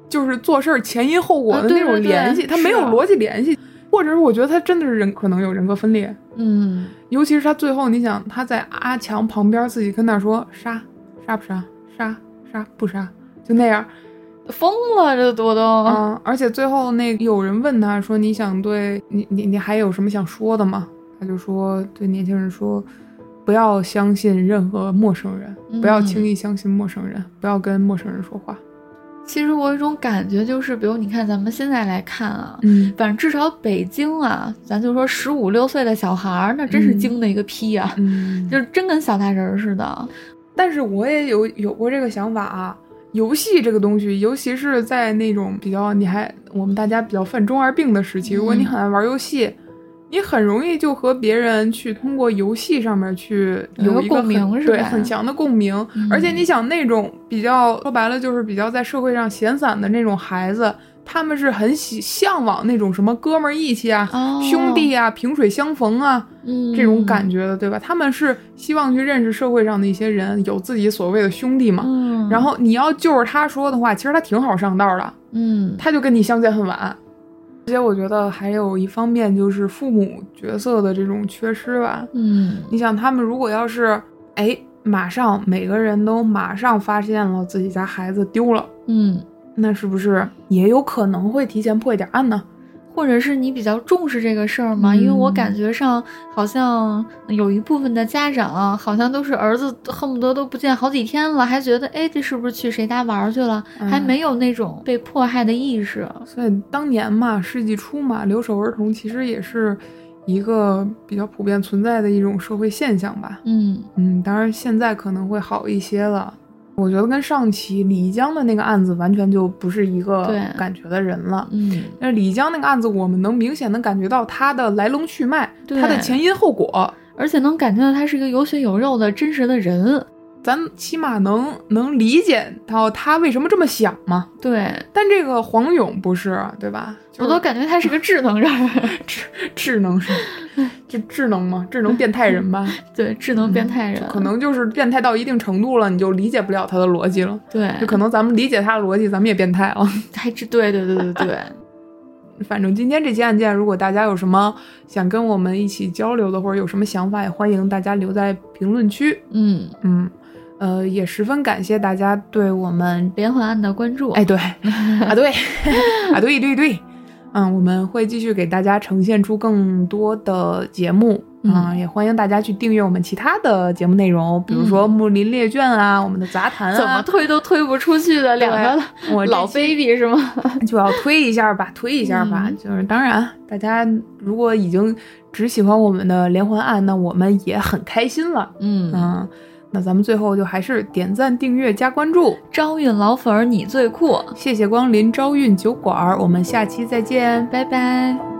[SPEAKER 1] 就是做事儿前因后果
[SPEAKER 2] 啊
[SPEAKER 1] 的
[SPEAKER 2] 对
[SPEAKER 1] 那种
[SPEAKER 2] 对对
[SPEAKER 1] 联系，他
[SPEAKER 2] 是
[SPEAKER 1] 没有
[SPEAKER 2] 啊
[SPEAKER 1] 逻辑联系，或者是我觉得他真的是人可能有人格分裂，
[SPEAKER 2] 嗯，
[SPEAKER 1] 尤其是他最后，你想他在阿强旁边自己跟那儿说杀杀不杀杀杀不杀，就那样
[SPEAKER 2] 疯了，这多多。
[SPEAKER 1] 啊、而且最后那有人问他说你想对你你你还有什么想说的吗？他就说对年轻人说。不要相信任何陌生人，不要
[SPEAKER 2] 嗯
[SPEAKER 1] 轻易相信陌生人，不要跟陌生人说话。
[SPEAKER 2] 其实我有一种感觉，就是比如你看咱们现在来看啊，
[SPEAKER 1] 嗯，
[SPEAKER 2] 反正至少北京啊，咱就说十五六岁的小孩儿，那真是
[SPEAKER 1] 嗯
[SPEAKER 2] 精的一个批啊，
[SPEAKER 1] 嗯，
[SPEAKER 2] 就是真跟小大人儿似的。
[SPEAKER 1] 但是我也有有过这个想法啊。游戏这个东西，尤其是在那种比较你还我们大家比较犯中二病的时期，
[SPEAKER 2] 嗯
[SPEAKER 1] 如果你很爱玩游戏，你很容易就和别人去通过游戏上面去
[SPEAKER 2] 有
[SPEAKER 1] 有
[SPEAKER 2] 一
[SPEAKER 1] 一
[SPEAKER 2] 个
[SPEAKER 1] 个
[SPEAKER 2] 共鸣
[SPEAKER 1] 很
[SPEAKER 2] 是吧
[SPEAKER 1] 对很强的共鸣。
[SPEAKER 2] 嗯
[SPEAKER 1] 而且你想那种比较说白了就是比较在社会上闲散的那种孩子，他们是很喜向往那种什么哥们儿义气啊、
[SPEAKER 2] 哦
[SPEAKER 1] 兄弟啊、萍水相逢啊，
[SPEAKER 2] 嗯，
[SPEAKER 1] 这种感觉的，对吧？他们是希望去认识社会上的一些人，有自己所谓的兄弟嘛。
[SPEAKER 2] 嗯，
[SPEAKER 1] 然后你要就是他说的话，其实他挺好上道的，
[SPEAKER 2] 嗯，
[SPEAKER 1] 他就跟你相见恨晚。而且我觉得还有一方面就是父母角色的这种缺失吧。
[SPEAKER 2] 嗯，
[SPEAKER 1] 你想，他们如果要是哎，马上每个人都马上发现了自己家孩子丢了，
[SPEAKER 2] 嗯，
[SPEAKER 1] 那是不是也有可能会提前破一点案呢？
[SPEAKER 2] 或者是你比较重视这个事儿吗？因为我
[SPEAKER 1] 嗯
[SPEAKER 2] 感觉上好像有一部分的家长啊好像都是儿子恨不得都不见好几天了，还觉得哎这是不是去谁家玩儿去了，还
[SPEAKER 1] 嗯
[SPEAKER 2] 没有那种被迫害的意识。
[SPEAKER 1] 所以当年嘛，世纪初嘛，留守儿童其实也是一个比较普遍存在的一种社会现象吧。
[SPEAKER 2] 嗯
[SPEAKER 1] 嗯，当然现在可能会好一些了。我觉得跟上期李易江的那个案子完全就不是一个
[SPEAKER 2] 对
[SPEAKER 1] 感觉的人了。
[SPEAKER 2] 嗯，
[SPEAKER 1] 但是李易江那个案子，我们能明显的感觉到他的来龙去脉，
[SPEAKER 2] 对
[SPEAKER 1] 他的前因后果，
[SPEAKER 2] 而且能感觉到他是一个有血有肉的真实的人。
[SPEAKER 1] 咱起码能能理解到他为什么这么想嘛。
[SPEAKER 2] 对，
[SPEAKER 1] 但这个黄勇不是，对吧？就
[SPEAKER 2] 我
[SPEAKER 1] 是
[SPEAKER 2] 都感觉他是个智能人儿，
[SPEAKER 1] 智智能是，就智能嘛，智能变态人吧，
[SPEAKER 2] 对，智嗯能变态人，
[SPEAKER 1] 可能就是变态到一定程度了，你就理解不了他的逻辑了。
[SPEAKER 2] 对，
[SPEAKER 1] 就可能咱们理解他的逻辑，咱们也变态了。
[SPEAKER 2] 还智，对对对对对，
[SPEAKER 1] 反正今天这期案件，如果大家有什么想跟我们一起交流的，或者有什么想法，也欢迎大家留在评论区。
[SPEAKER 2] 嗯，
[SPEAKER 1] 嗯，呃，也十分感谢大家对我们，
[SPEAKER 2] 连环案的关注，
[SPEAKER 1] 哎，，对，啊对， 啊对对对，嗯，我们会继续给大家呈现出更多的节目。嗯，也欢迎大家去订阅我们其他的节目内容，比如说《木林列卷》啊，我们的杂谈啊。
[SPEAKER 2] 嗯怎么推都推不出去的两个
[SPEAKER 1] 对我这
[SPEAKER 2] 老
[SPEAKER 1] 期
[SPEAKER 2] baby 是吗？
[SPEAKER 1] 就要推一下吧，推一下吧。
[SPEAKER 2] 嗯
[SPEAKER 1] 就是当然，大家如果已经只喜欢我们的连环案，那我们也很开心了。
[SPEAKER 2] 嗯，
[SPEAKER 1] 嗯，那咱们最后就还是点赞、订阅、加关注，
[SPEAKER 2] 招运老粉儿你最酷，
[SPEAKER 1] 谢谢光临朝韵酒馆儿，我们下期再见，
[SPEAKER 2] 拜拜。